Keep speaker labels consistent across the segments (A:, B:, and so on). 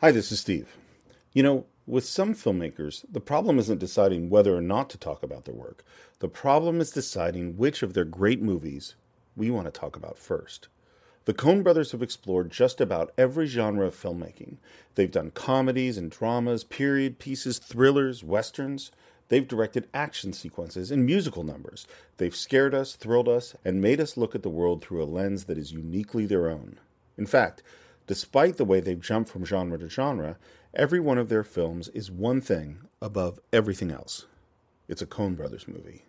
A: Hi, this is Steve. You know, with some filmmakers, the problem isn't deciding whether or not to talk about their work. The problem is deciding which of their great movies we want to talk about first. The Coen brothers have explored just about every genre of filmmaking. They've done comedies and dramas, period pieces, thrillers, westerns. They've directed action sequences and musical numbers. They've scared us, thrilled us, and made us look at the world through a lens that is uniquely their own. In fact, despite the way they've jumped from genre to genre, every one of their films is one thing above everything else. It's a Coen brothers movie.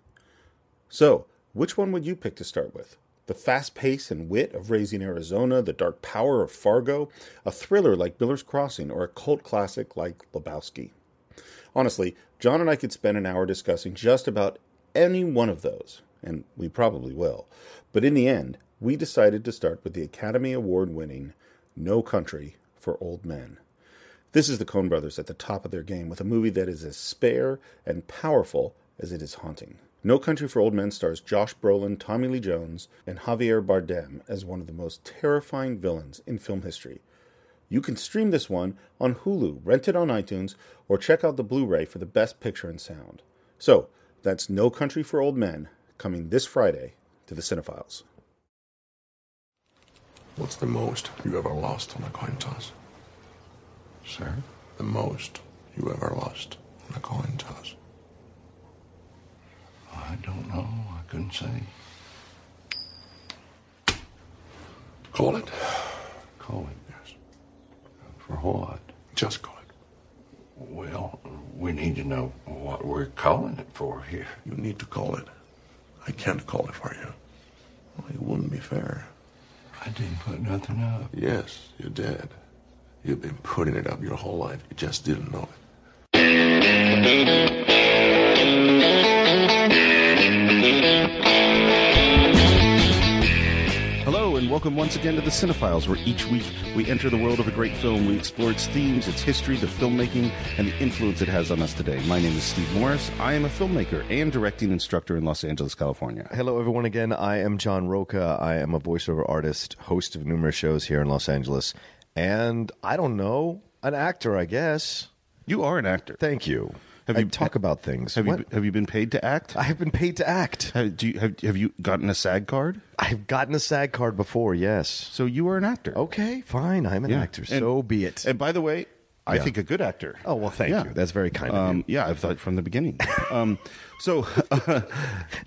A: So, which one would you pick to start with? The fast pace and wit of Raising Arizona, the dark power of Fargo, a thriller like Miller's Crossing, or a cult classic like Lebowski. Honestly, John and I could spend an hour discussing just about any one of those, and we probably will. But in the end, we decided to start with the Academy Award winning No Country for Old Men. This is the Coen brothers at the top of their game with a movie that is as spare and powerful as it is haunting. No Country for Old Men stars Josh Brolin, Tommy Lee Jones, and Javier Bardem as one of the most terrifying villains in film history. You can stream this one on Hulu, rent it on iTunes, or check out the Blu ray for the best picture and sound. So, that's No Country for Old Men coming this Friday to the Cinephiles.
B: What's the most you ever lost on a coin toss?
C: Sir?
B: The most you ever lost on a coin toss?
C: I don't know. I couldn't say.
B: Call it.
C: Call it.
B: Yes.
C: For what?
B: Just call it.
C: Well, we need to know what we're calling it for here.
B: You need to call it. I can't call it for you. Well, it wouldn't be fair.
C: I didn't put nothing up.
B: Yes, you did. You've been putting it up your whole life. You just didn't know it.
A: Hello, and welcome once again to the Cinephiles, where each week we enter the world of a great film. We explore its themes, its history, the filmmaking, and the influence it has on us today. My name is Steve Morris. I am a filmmaker and directing instructor in Los Angeles, California.
D: Hello, everyone. Again, I am John Roca. I am a voiceover artist, host of numerous shows here in Los Angeles, and I don't know, an actor, I guess.
A: You are an actor.
D: Thank you.
A: Have
D: I
A: you-
D: talk about things?
A: Have you,
D: What?
A: have you been paid to act?
D: I have been paid to act.
A: Have, do you, have, have you gotten a SAG card?
D: I've gotten a SAG card before. Yes.
A: So you are an actor.
D: Okay. Fine. I'm an
A: Yeah.
D: actor.
A: And-
D: So be it.
A: And by the way, I
D: Yeah.
A: think a good actor.
D: Oh, well, thank
A: Yeah.
D: you. That's very kind of
A: Um,
D: you.
A: yeah, I've thought from the beginning. um, so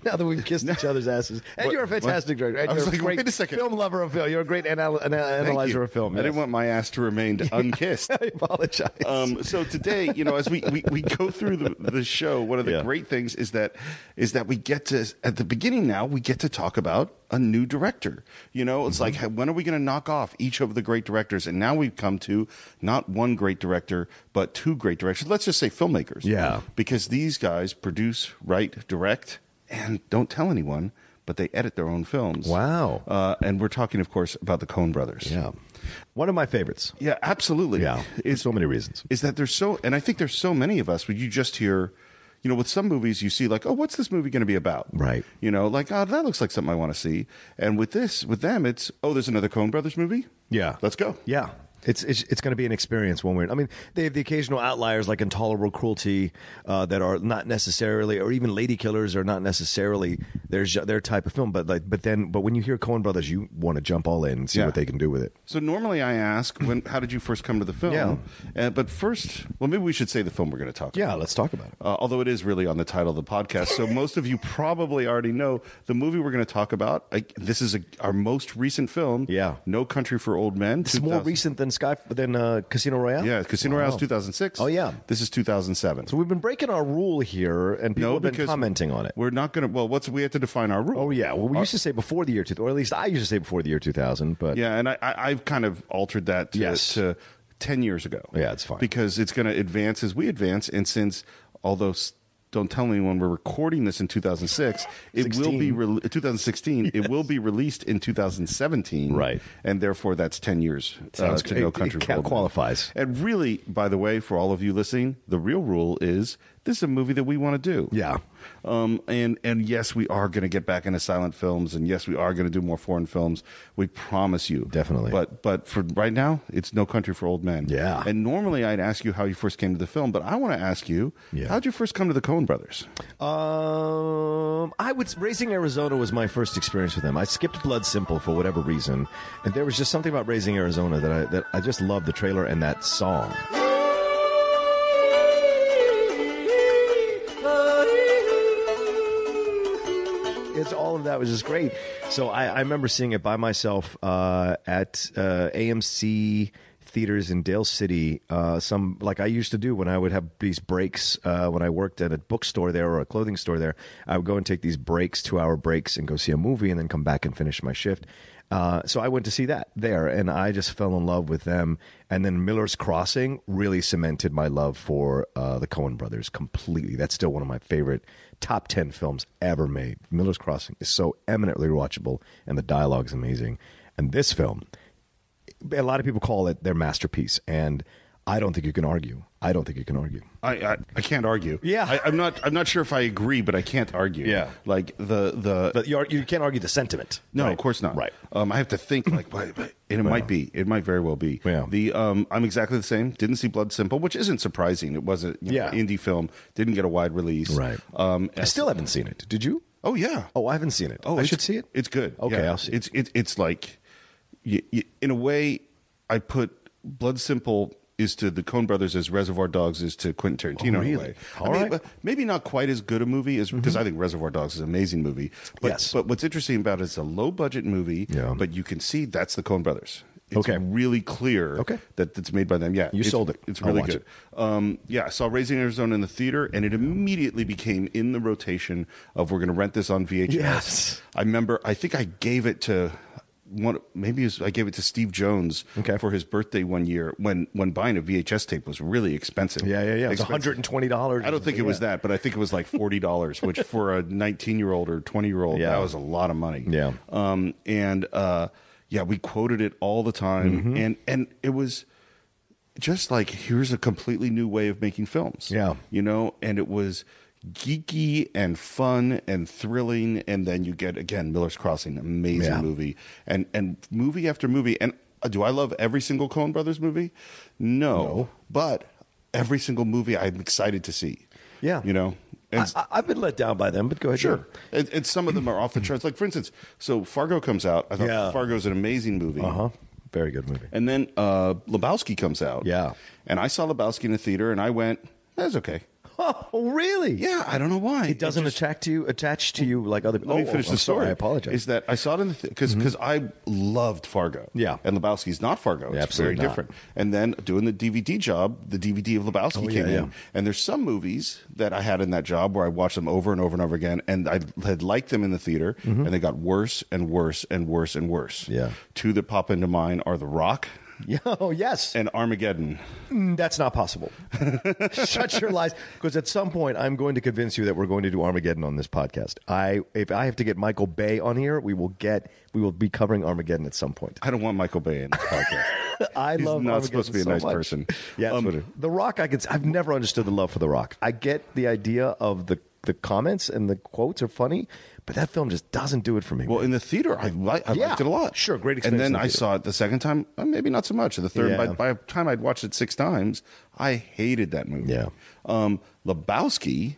D: Now that we've kissed each other's asses, and
A: What-
D: you're a fantastic
A: what?
D: director. And
A: I was
D: you're
A: like,
D: a great
A: wait a second.
D: Film lover of film. You're a great anal- ana-
A: Thank
D: analyzer
A: you.
D: of film.
A: I didn't
D: yes.
A: want my ass to remain unkissed.
D: I apologize.
A: Um, so today, you know, as we, we, we go through the, the show, one of the
D: Yeah.
A: great things is that is that we get to at the beginning now we get to talk about a new director. You know, it's
D: Mm-hmm.
A: like when are we going to knock off each of the great directors? And now we've come to not one great director, but two great directors. Let's just say filmmakers.
D: Yeah.
A: because these guys produce, write, direct, and don't tell anyone. But they edit their own films.
D: Wow.
A: Uh, and we're talking, of course, about the Coen brothers.
D: yeah. One of my favorites.
A: Yeah, absolutely.
D: Yeah.
A: It's,
D: so many reasons.
A: is that there's so, and I think there's so many of us where you just hear, you know, with some movies you see like, oh, what's this movie going to be about?
D: Right.
A: You know, like, oh, that looks like something I want to see. And with this, with them, it's, oh, there's another Coen Brothers movie?
D: Yeah.
A: Let's go.
D: Yeah. It's, it's, it's going to be an experience one way. I mean, they have the occasional outliers like intolerable cruelty uh, that are not necessarily, or even Lady Killers are not necessarily their ge- their type of film. But like, but then, but when you hear Coen Brothers, you want to jump all in and see
A: Yeah.
D: what they can do with it.
A: So normally I ask, when, how did you first come to the film?
D: Yeah.
A: Uh, but first, well, maybe we should say the film we're going to talk
D: Yeah,
A: about.
D: let's talk about it.
A: uh, although it is really on the title of the podcast. So most of you probably already know the movie we're going to talk about. I, this is a, our most recent film.
D: Yeah.
A: No Country for Old Men.
D: It's more
A: 2000
D: recent than than Sky than uh, Casino Royale.
A: Yeah, Casino Royale's 2006.
D: Oh, yeah.
A: This is 2007.
D: So we've been breaking our rule here, and people have been commenting on it.
A: We're not going to. Well, what's we have to define our rule.
D: Oh yeah. Well, we used to say before the year two, or at least I used to say before the year two thousand. But
A: Yeah, and I, I, I've kind of altered that to,
D: Yes.
A: to 10 years ago.
D: Yeah, it's fine.
A: Because it's going to advance as we advance. And since, although, s- don't tell anyone, we're recording this in 2006, it will be,
D: 16.
A: re- 2016, it will be released in 2017.
D: Right.
A: And therefore, that's 10 years uh,
D: Sounds
A: to
D: great.
A: go
D: It- it
A: country.
D: ca-
A: Road.
D: qualifies.
A: And really, by the way, for all of you listening, the real rule is this is a movie that we want to do.
D: Yeah.
A: Um, and and yes, we are going to get back into silent films, and yes, we are going to do more foreign films. We promise you,
D: Definitely.
A: But but for right now, it's no country for old men.
D: Yeah.
A: And normally, I'd ask you how you first came to the film, but I want to ask you,
D: Yeah.
A: how'd you first come to the Coen Brothers?
D: Um, I would Raising Arizona was my first experience with them. I skipped Blood Simple for whatever reason, and there was just something about Raising Arizona that I that I just loved the trailer and that song. It's all of that was just great. So I, I remember seeing it by myself uh, at uh, AMC theaters in Dale City. Uh, some like I used to do when I would have these breaks uh, when I worked at a bookstore there or a clothing store there. I would go and take these breaks, two hour breaks, and go see a movie, and then come back and finish my shift. Uh, so I went to see that there, and I just fell in love with them. And then Miller's Crossing really cemented my love for uh, the Coen Brothers completely. That's still one of my favorite top ten films ever made. Miller's Crossing is so eminently watchable, and the dialogue is amazing. And this film, a lot of people call it their masterpiece, and I don't think you can argue. I don't think you can argue.
A: I, I, I can't argue.
D: Yeah.
A: I, I'm not I'm not sure if I agree, but I can't argue.
D: Yeah.
A: like the the
D: But you, are, you can't argue the sentiment.
A: No,
D: Right.
A: of course not.
D: Right.
A: Um, I have to think like, what, and it might be, it might very well be.
D: Yeah.
A: The um, I'm exactly the same. Didn't see Blood Simple, which isn't surprising. It was a you know,
D: Yeah.
A: indie film. Didn't get a wide release.
D: Right.
A: Um,
D: I still haven't seen it. Did you?
A: oh yeah.
D: Oh, I haven't seen it. I
A: it's-
D: should see it.
A: It's good.
D: Okay,
A: Yeah.
D: I'll see it.
A: It's it, it's like, y y in a way, I put Blood Simple is to the Coen Brothers as Reservoir Dogs is to Quentin Tarantino.
D: Oh,
A: in a
D: really?
A: way.
D: All
A: I mean,
D: right. Mm-hmm.
A: uh, maybe not quite as good a movie as because I think Reservoir Dogs is an amazing movie. But,
D: Yes.
A: But what's interesting about it is a low budget movie.
D: Yeah.
A: But you can see that's the Coen Brothers. It's
D: Okay.
A: really clear
D: Okay.
A: that it's made by them. Yeah.
D: You
A: it's-
D: sold it.
A: It's
D: I'll
A: really
D: watch
A: good.
D: it.
A: Um, yeah, I saw Raising Arizona in the theater, and it immediately became in the rotation of we're going to rent this on VHS.
D: Yes.
A: I remember. I think I gave it to one. Maybe it was, I gave it to Steve Jones
D: Okay.
A: for his birthday one year when when buying a VHS tape was really expensive.
D: Yeah, yeah, yeah. It's
A: Expensive.
D: $120.
A: I don't think it was that, but I think it was like forty dollars, which for a nineteen year old or twenty year old,
D: Yeah.
A: that was a lot of money.
D: Yeah.
A: Um. And uh, yeah, we quoted it all the time,
D: Mm-hmm.
A: and and it was just like here's a completely new way of making films.
D: Yeah.
A: You know, and it was geeky and fun and thrilling and then you get again Miller's Crossing, amazing
D: Yeah.
A: movie. And and movie after movie and uh, do I love every single Coen Brothers movie? No. But every single movie I'm excited to see.
D: Yeah.
A: You know.
D: I,
A: And
D: I, I've been let down by them, but go ahead.
A: Sure. And, and some of them are off the charts. Like, for instance, so Fargo comes out. I thought
D: Yeah.
A: Fargo's an amazing movie.
D: Uh huh. Very good movie.
A: And then uh, Lebowski comes out.
D: Yeah.
A: And I saw Lebowski in the theater and I went, that's okay.
D: Oh, really?
A: Yeah, I don't know why.
D: It doesn't attract to you, attach to you like other.
A: Let me
D: Oh,
A: finish
D: I'm
A: the
D: sorry,
A: story.
D: I apologize. Mm-hmm.
A: Is that I saw it in the because because I loved Fargo.
D: Yeah.
A: and Lebowski's not Fargo.
D: Yeah,
A: It's very
D: absolutely not.
A: different. And then doing the DVD job, the DVD of Lebowski
D: Oh, yeah,
A: came in.
D: yeah.
A: And there's some movies that I had in that job where I watched them over and over and over again, and I had liked them in the theater, and they got worse and worse and worse and worse.
D: Mm-hmm. Yeah.
A: Two that pop into mind are The Rock
D: Yeah, oh, yes.
A: and Armageddon.
D: That's not possible. Shut your lies, because at some point I'm going to convince you that we're going to do Armageddon on this podcast. I, if I have to get Michael Bay on here, we will get, we will be covering Armageddon at some point.
A: I don't want Michael Bay in this podcast.
D: I
A: He's
D: love.
A: not
D: Armageddon
A: supposed to be a
D: so
A: nice
D: much.
A: person.
D: Yeah,
A: Um,
D: Twitter. The Rock. I could. I've never understood the love for The Rock. I get the idea of the the comments and the quotes are funny, but that film just doesn't do it for me.
A: Well, in the theater, I, li- I
D: Yeah.
A: liked it a lot.
D: Sure,
A: And
D: great experience in
A: then
D: the
A: I
D: theater.
A: saw it the second time, uh, maybe not so much. The third, by,
D: Yeah.
A: by the time I'd watched it six times, I hated that movie.
D: Yeah.
A: Um, Lebowski,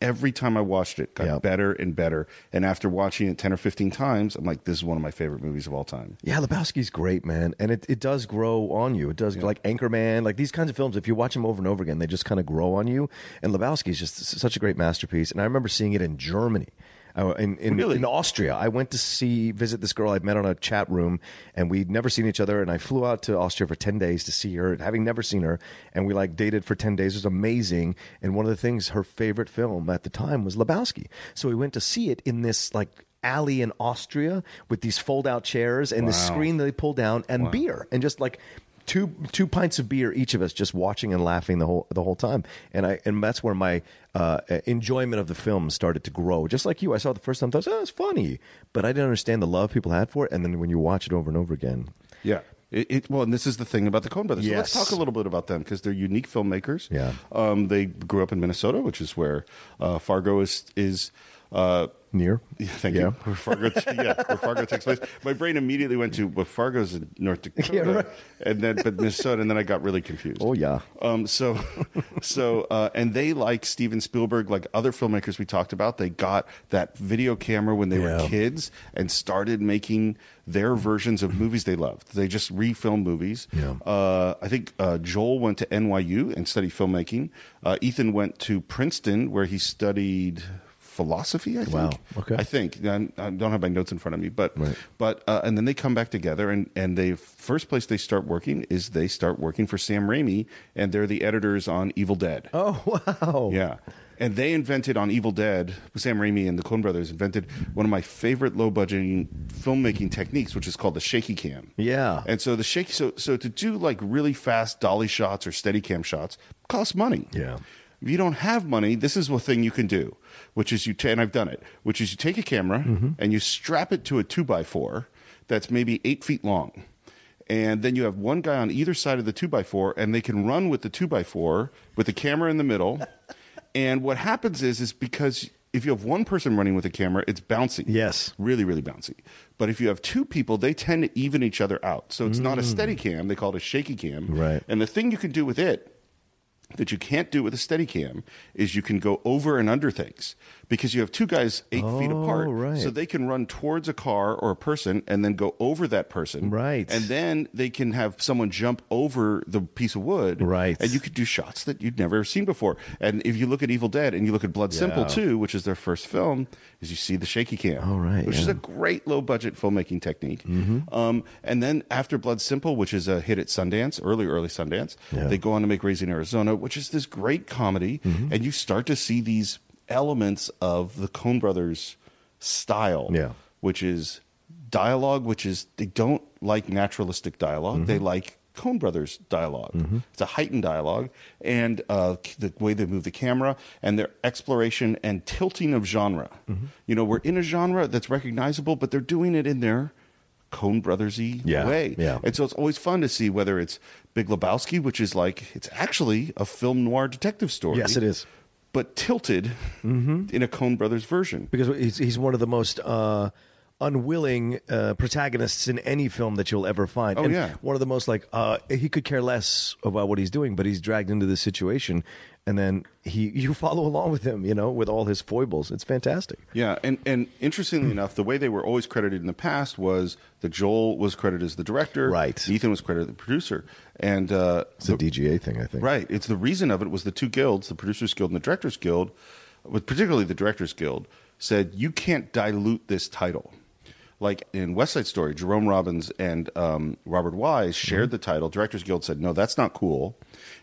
A: every time I watched it, got
D: Yeah.
A: better and better. And after watching it 10 or 15 times, I'm like, this is one of my favorite movies of all time.
D: Yeah, Lebowski's great, man, and it, it does grow on you. It does like Anchorman, like these kinds of films. If you watch them over and over again, they just kind of grow on you. And Lebowski's just s- such a great masterpiece. And I remember seeing it in Germany. I, in in,
A: Really?
D: in Austria, I went to see visit this girl I'd met on a chat room, and we'd never seen each other. And I flew out to Austria for ten days to see her, having never seen her. And we like dated for ten days. It was amazing. And one of the things her favorite film at the time was Lebowski. So we went to see it in this like alley in Austria with these fold out chairs and the screen that they pull down and beer and just like two two pints of beer each of us just watching and laughing the whole the whole time and i and that's where my uh enjoyment of the film started to grow just like you i saw it the first time thought oh it's funny but i didn't understand the love people had for it and then when you watch it over and over again
A: Yeah. It, it, well, and this is the thing about the Coen brothers. So let's
D: Yes.
A: talk a little bit about them because they're unique filmmakers.
D: Yeah.
A: Um, they grew up in Minnesota, which is where uh, Fargo is. is uh,
D: near
A: yeah, thank
D: Yeah.
A: you. Where Fargo, yeah, where Fargo takes place. My brain immediately went to well, Fargo's in North Dakota,
D: right.
A: and then but Minnesota, and then I got really confused.
D: oh yeah
A: Um, so, so, uh, and they like Steven Spielberg, like other filmmakers we talked about. They got that video camera when they
D: Yeah.
A: were kids and started making their versions of movies they loved. They just refilm movies.
D: Yeah.
A: Uh, I think uh, Joel went to NYU and studied filmmaking. Uh, Ethan went to Princeton where he studied philosophy. I think.
D: Wow. Okay.
A: I think I I don't have my notes in front of me, but
D: Right.
A: but uh, and then they come back together, and and they first place they start working is they start working for Sam Raimi, and they're the editors on Evil Dead.
D: oh wow
A: Yeah. And they invented on Evil Dead, Sam Raimi and the Coen brothers invented one of my favorite low budgeting filmmaking techniques, which is called the shaky cam.
D: Yeah.
A: And so the shaky so so to do like really fast dolly shots or steady cam shots costs money.
D: Yeah.
A: If you don't have money, this is a thing you can do, which is you ta- and I've done it, which is you take a camera and you strap it to a two by four that's maybe eight feet long, and then you have one guy on either side of the two by four, and they can run with the two by four with the camera in the middle. and what happens is, is because if you have one person running with a camera, it's bouncy.
D: Yes.
A: really, really bouncy. But if you have two people, they tend to even each other out. So it's not a steady cam; they call it a shaky cam.
D: Mm. Right.
A: And the thing you can do with it that you can't do with a Steadicam is you can go over and under things because you have two guys eight feet apart,
D: Oh, right.
A: so they can run towards a car or a person and then go over that person,
D: Right.
A: And then they can have someone jump over the piece of wood,
D: Right.
A: And you could do shots that you'd never seen before. And if you look at Evil Dead and you look at Blood Simple
D: Yeah.
A: too, which is their first film, is you see the shaky cam,
D: Oh, right,
A: which is
D: yeah. Mm-hmm.
A: a great low budget filmmaking technique. Um, and then after Blood Simple, which is a hit at Sundance, early, early Sundance,
D: Yeah.
A: they go on to make Raising Arizona, which is this great comedy.
D: Mm-hmm.
A: And you start to see these elements of the Coen brothers style,
D: Yeah.
A: which is dialogue, which is they don't like naturalistic dialog They
D: Mm-hmm.
A: like Coen Brothers dialog It's a heightened dialogue, and uh, the way they move the camera and their exploration and tilting of genre.
D: Mm-hmm.
A: You know, we're in a genre that's recognizable, but they're doing it in their Coen Brothersy
D: Yeah,
A: way.
D: yeah.
A: And so it's always fun to see whether it's Big Lebowski, which is like it's actually a film noir detective story.
D: Yes, it is. Mm-hmm.
A: But tilted in a Coen Brothers version.
D: because he's, he's one of the most uh, unwilling uh, protagonists in any film that you'll ever find.
A: Oh,
D: and
A: yeah.
D: one of the most like uh, he could care less about what he's doing, but he's dragged into this situation, and then he you follow along with him, you know, with all his foibles. It's fantastic.
A: Yeah, and and interestingly enough, the way they were always credited in the past was that Joel was credited as the director,
D: Right.
A: Ethan was credited as the producer, and uh,
D: It's a DGA thing, I think.
A: Right. It's the reason of it was the two guilds, the Producers Guild and the Directors Guild, with particularly the Directors Guild, said you can't dilute this title. Like in West Side Story, Jerome Robbins and um, Robert Wise shared the title. Directors Guild said, no, that's not cool.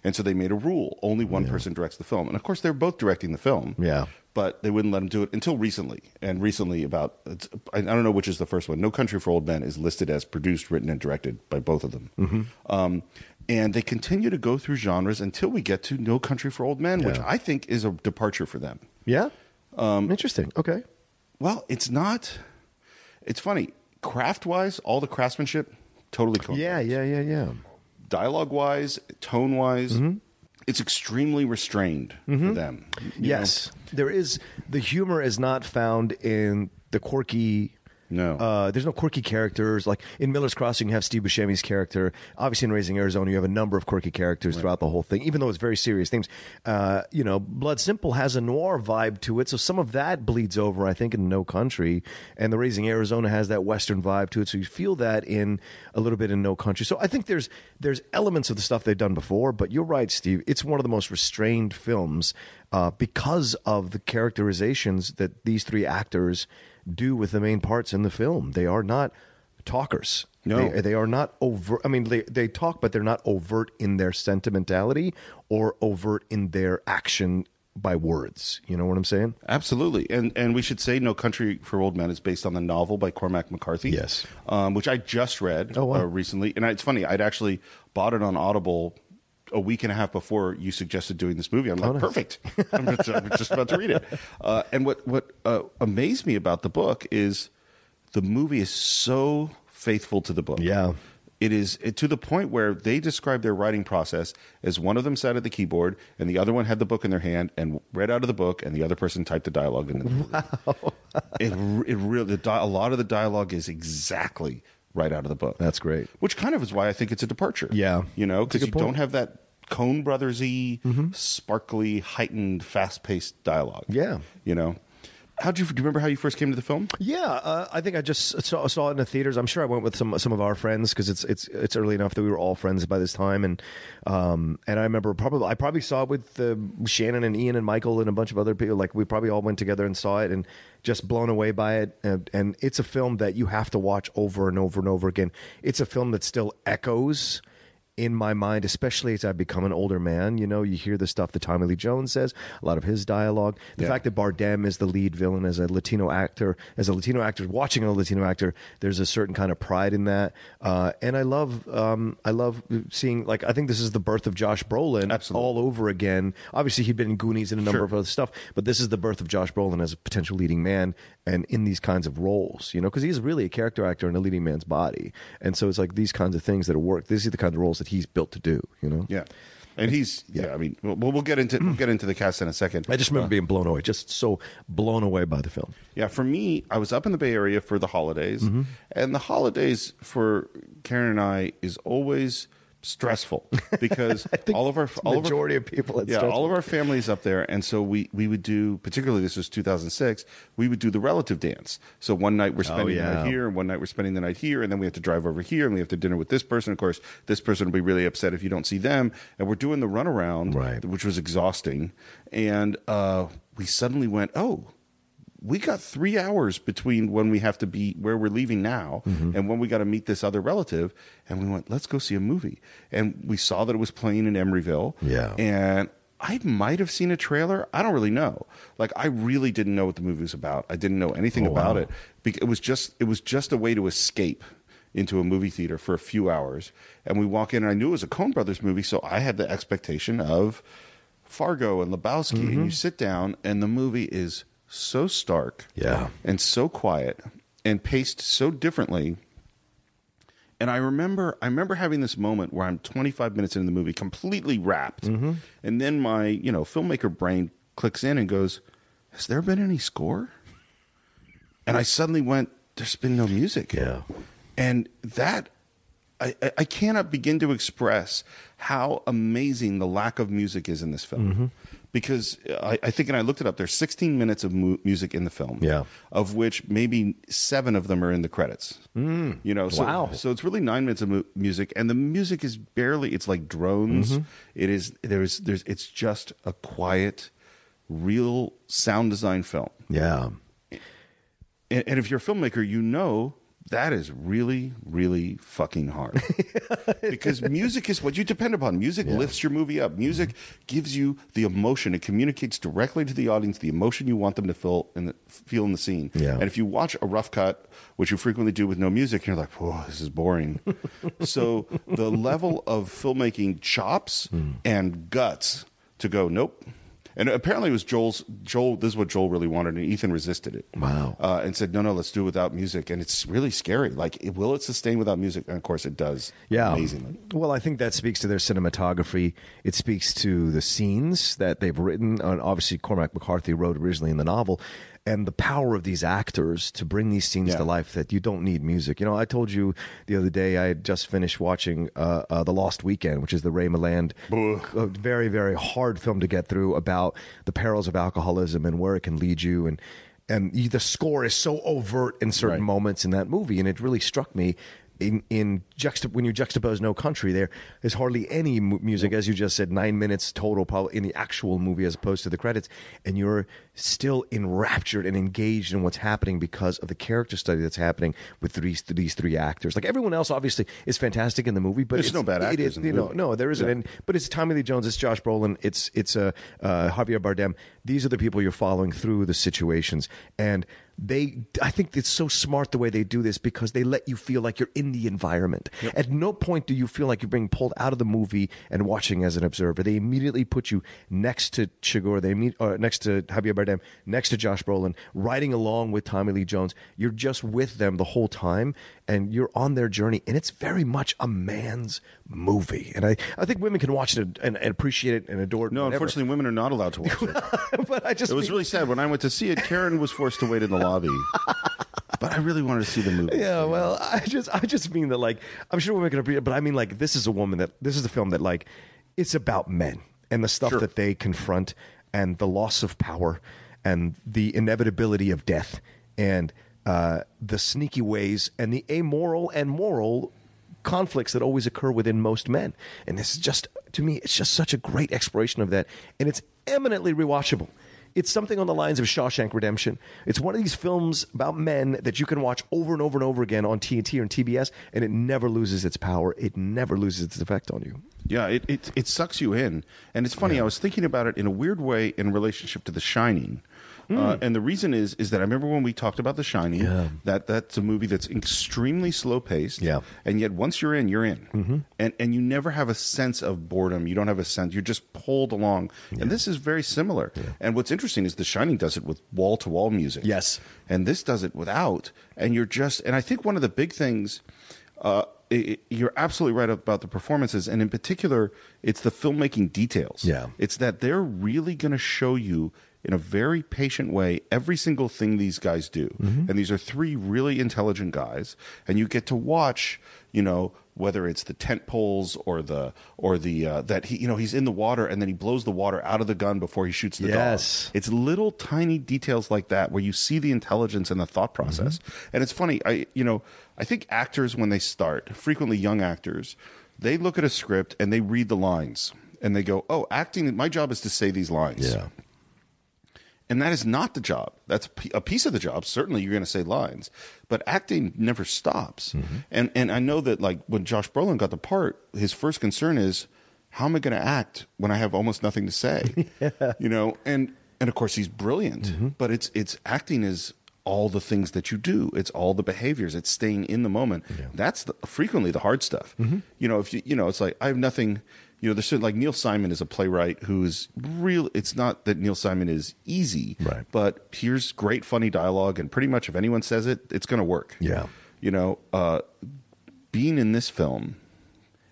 A: And so they made a rule only one person directs the film. And of course, they're both directing the film.
D: Yeah.
A: But they wouldn't let them do it until recently. And recently, about, it's, I I don't know which is the first one. No Country for Old Men is listed as produced, written, and directed by both of them.
D: Mm-hmm.
A: Um, and they continue to go through genres until we get to No Country for Old Men, which
D: Yeah.
A: I think is a departure for them.
D: Yeah. Um, Interesting. Okay.
A: Well, it's not, it's funny. Craft wise, all the craftsmanship, totally cool.
D: Yeah. Yeah. Yeah. Yeah.
A: Dialogue wise, tone wise,
D: Mm-hmm.
A: it's extremely restrained for them. you know?
D: yes, there is. The humor is not found in the quirky
A: No.
D: Uh, there's no quirky characters. Like in Miller's Crossing, you have Steve Buscemi's character. Obviously, in Raising Arizona, you have a number of quirky characters throughout the whole thing, even though it's very serious themes. Uh, you know, Blood Simple has a noir vibe to it, so some of that bleeds over, I think, in No Country. And the Raising Arizona has that Western vibe to it, so you feel that in a little bit in No Country. So I think there's there's elements of the stuff they've done before, but you're right, Steve. It's one of the most restrained films uh, because of the characterizations that these three actors do with the main parts in the film. They are not talkers.
A: No.
D: They, they are not overt. I mean, they, they talk, but they're not overt in their sentimentality or overt in their action by words. You know what I'm saying?
A: Absolutely, and and we should say "No Country for Old Men" is based on the novel by Cormac McCarthy.
D: Yes.
A: um, which I just read
D: Oh, wow.
A: uh, recently, and I, it's funny. I'd actually bought it on Audible a week and a half before you suggested doing this movie. I'm
D: Oh,
A: like, perfect. I'm just, I'm just about to read it. Uh, and what what uh, amazed me about the book is the movie is so faithful to the book.
D: Yeah.
A: It is it, to the point where they describe their writing process as one of them sat at the keyboard and the other one had the book in their hand and read out of the book and the other person typed the dialogue into the movie. it r- it really the di- a lot of the dialogue is exactly right out of the book.
D: That's great.
A: Which kind of is why I think it's a departure.
D: Yeah.
A: you know,
D: That's
A: because
D: a good
A: you
D: point. Mm-hmm.
A: don't have that Cone Brothersy, sparkly, heightened, fast-paced dialogue.
D: Yeah.
A: you know. How do you do? You remember how you first came to the film?
D: Yeah, uh, I think I just saw, saw it in the theaters. I'm sure I went with some some of our friends because it's it's it's early enough that we were all friends by this time, and um and I remember probably I probably saw it with uh, Shannon and Ian and Michael and a bunch of other people. Like we probably all went together and saw it, and just blown away by it. And, and it's a film that you have to watch over and over and over again. It's a film that still echoes in my mind, especially as I become an older man, you know, you hear the stuff that Tommy Lee Jones says, a lot of his dialogue. The fact that Bardem is the lead villain as a Latino actor, as a Latino actor, watching a Latino actor, there's a certain kind of pride in that. Uh, and I love, um, I love seeing, like, I think this is the birth of Josh Brolin
A: Absolutely.
D: all over again. Obviously, he'd been in Goonies and a number
A: Sure.
D: of other stuff, but this is the birth of Josh Brolin as a potential leading man and in these kinds of roles, you know, because he's really a character actor in a leading man's body. And so it's like these kinds of things that are work. These are the kinds of roles that he's built to do, you know?
A: Yeah, and he's yeah. I mean, we'll, we'll get into we'll get into the cast in a second.
D: I just remember being blown away, just so blown away by the film.
A: Yeah, for me, I was up in the Bay Area for the holidays,
D: Mm-hmm.
A: and the holidays for Karen and I is always stressful because all of our all
D: majority
A: of,
D: of
A: our,
D: people, it's
A: yeah, all
D: stressful.
A: of our families up there, and so we we would do. Particularly, this was 2006. We would do the relative dance. So one night we're spending the
D: Oh, yeah.
A: night here, and one night we're spending the night here, and then we have to drive over here, and we have to dinner with this person. Of course, this person will be really upset if you don't see them, and we're doing the runaround,
D: Right.
A: Which was exhausting, and uh, we suddenly went, oh we got three hours between when we have to be where we're leaving now
D: Mm-hmm.
A: and when we got to meet this other relative. And we went, let's go see a movie. And we saw that it was playing in Emeryville.
D: Yeah.
A: And I might have seen a trailer. I don't really know. Like I really didn't know what the movie was about. I didn't know anything about it. Bec- It was just it was just a way to escape into a movie theater for a few hours. And we walk in and I knew it was a Coen Brothers movie, so I had the expectation of Fargo and Lebowski, and you sit down, and the movie is so stark,
D: Yeah.
A: and so quiet, and paced so differently. And I remember, I remember having this moment where I'm 25 minutes into the movie, completely wrapped,
D: Mm-hmm.
A: and then my, you know, filmmaker brain clicks in and goes, "Has there been any score?" And I suddenly went, "There's been no music."
D: Yeah.
A: and that I, I- I cannot begin to express how amazing the lack of music is in this film.
D: Mm-hmm.
A: Because I, I think, and I looked it up, there's 16 minutes of mu- music in the film,
D: Yeah.
A: of which maybe seven of them are in the credits. Mm. You know, so,
D: Wow.
A: so it's really nine minutes of mu- music, and the music is barely. It's like drones. It is there's there's it's just a quiet, real sound design film
D: Yeah.
A: and, and if you're a filmmaker, you know that is really, really fucking hard because music is what you depend upon. Music lifts your movie up. Music gives you the emotion. It communicates directly to the audience the emotion you want them to feel in the, feel in the scene.
D: Yeah.
A: And if you watch a rough cut, which you frequently do with no music, you're like, "Whoa, this is boring." so the level of filmmaking chops and guts to go, nope. And apparently, it was Joel's. Joel, this is what Joel really wanted, and Ethan resisted it
D: Wow.
A: uh, and said, "No, no, let's do it without music." And it's really scary. Like, it, will it sustain without music? And of course, it does.
D: Yeah.
A: amazingly.
D: Well, I think that speaks to their cinematography. It Uh, speaks to the scenes that they've written. And obviously, Cormac McCarthy wrote originally in the novel. and the power of these actors to bring these scenes
A: Yeah.
D: to life that you don't need music. You know, I told you the other day I had just finished watching uh, uh, The Lost Weekend, which is the Ray Milland, a very, very hard film to get through about the perils of alcoholism and where it can lead you. And, and you- the score is so overt in certain
A: Right.
D: moments moments in that movie, and it really struck me. In, in juxta- when you juxtapose No Country, there is hardly any mu- music, as you just said, nine minutes total, probably in the actual movie as opposed to the credits, and you're still enraptured and engaged in what's happening because of the character study that's happening with these these three actors. Like everyone else, obviously, is fantastic in the movie, but
A: There's
D: it's,
A: no bad
D: it
A: actors
D: is-
A: in the
D: you know,
A: movie.
D: no, there isn't.
A: Yeah.
D: And, but it's Tommy Lee Jones, it's Josh Brolin, it's it's uh, uh, Javier Bardem. These are the people you're following through the situations, and they. I think it's so smart the way they do this because they let you feel like you're in the environment. At no point do you feel like you're being pulled out of the movie and watching as an observer. They immediately put you next to Chigurh, they meet uh, next to Javier Bardem, next to Josh Brolin, riding along with Tommy Lee Jones. You're just with them the whole time, and you're on their journey. And it's very much a man's movie. And I, I think women can watch it and, and appreciate it and adore it.
A: No,
D: whatever.
A: unfortunately, women are not allowed to watch it.
D: but I just
A: It was
D: mean-
A: really sad when I went to see it. Karen was forced to wait in the lobby, but I really wanted to see the movie.
D: Yeah, well, I just I just mean that like I'm sure women can appreciate, but I mean like this is a woman that this is a film that like it's about men and the stuff that they confront and the loss of power and the inevitability of death and uh, the sneaky ways and the amoral and moral conflicts that always occur within most men. And this is just to me, it's just such a great exploration of that, and it's eminently rewatchable. It's something on the lines of Shawshank Redemption. It's one of these films about men that you can watch over and over and over again on TNT or TBS, and it never loses its power. It never loses its effect on you.
A: Yeah, it, it it sucks you in, and it's funny. I was thinking about it in a weird way in relationship to The Shining, uh,
D: Hmm.
A: and the reason is is that I remember when we talked about The Shining, that that's a movie that's extremely slow paced,
D: Yeah. Mm-hmm.
A: and yet once you're in, you're in, and and you never have a sense of boredom. You don't have a sense. You're just pulled along, and this is very similar. And what's interesting is The Shining does it with wall to wall music,
D: Yes.
A: and this does it without, and you're just. And I think one of the big things uh, it, it- you're absolutely right about the performances, and in particular, it's the filmmaking details.
D: Yeah.
A: it's that they're really going to show you in a very patient way every single thing these guys do, and these are three really intelligent guys, and you get to watch, you know. Whether it's the tent poles or the or the uh, that he you know he's in the water and then he blows the water out of the gun before he shoots the dog.
D: Yes.
A: It's little tiny details like that where you see the intelligence and the thought process. And it's funny, I you know, I think actors when they start, frequently young actors, they look at a script and they read the lines and they go, "Oh, acting my job is to say these lines." And that is not the job. That's a p- a piece of the job. Certainly, you're going to say lines, but acting never stops. And and I know that like when Josh Brolin got the part, his first concern is, how am I going to act when I have almost nothing to say? You know, and and of course he's brilliant, but it's it's acting is all the things that you do. It's all the behaviors. It's staying in the moment. That's the, frequently the hard stuff.
D: Mm-hmm.
A: You know, if you you know, it's like I have nothing. You know, there's certain, like Neil Simon is a playwright who's real. It's not that Neil Simon is easy,
D: Right.
A: But here's great funny dialogue, and pretty much if anyone says it, it's going to work.
D: Yeah.
A: You know, uh, being in this film,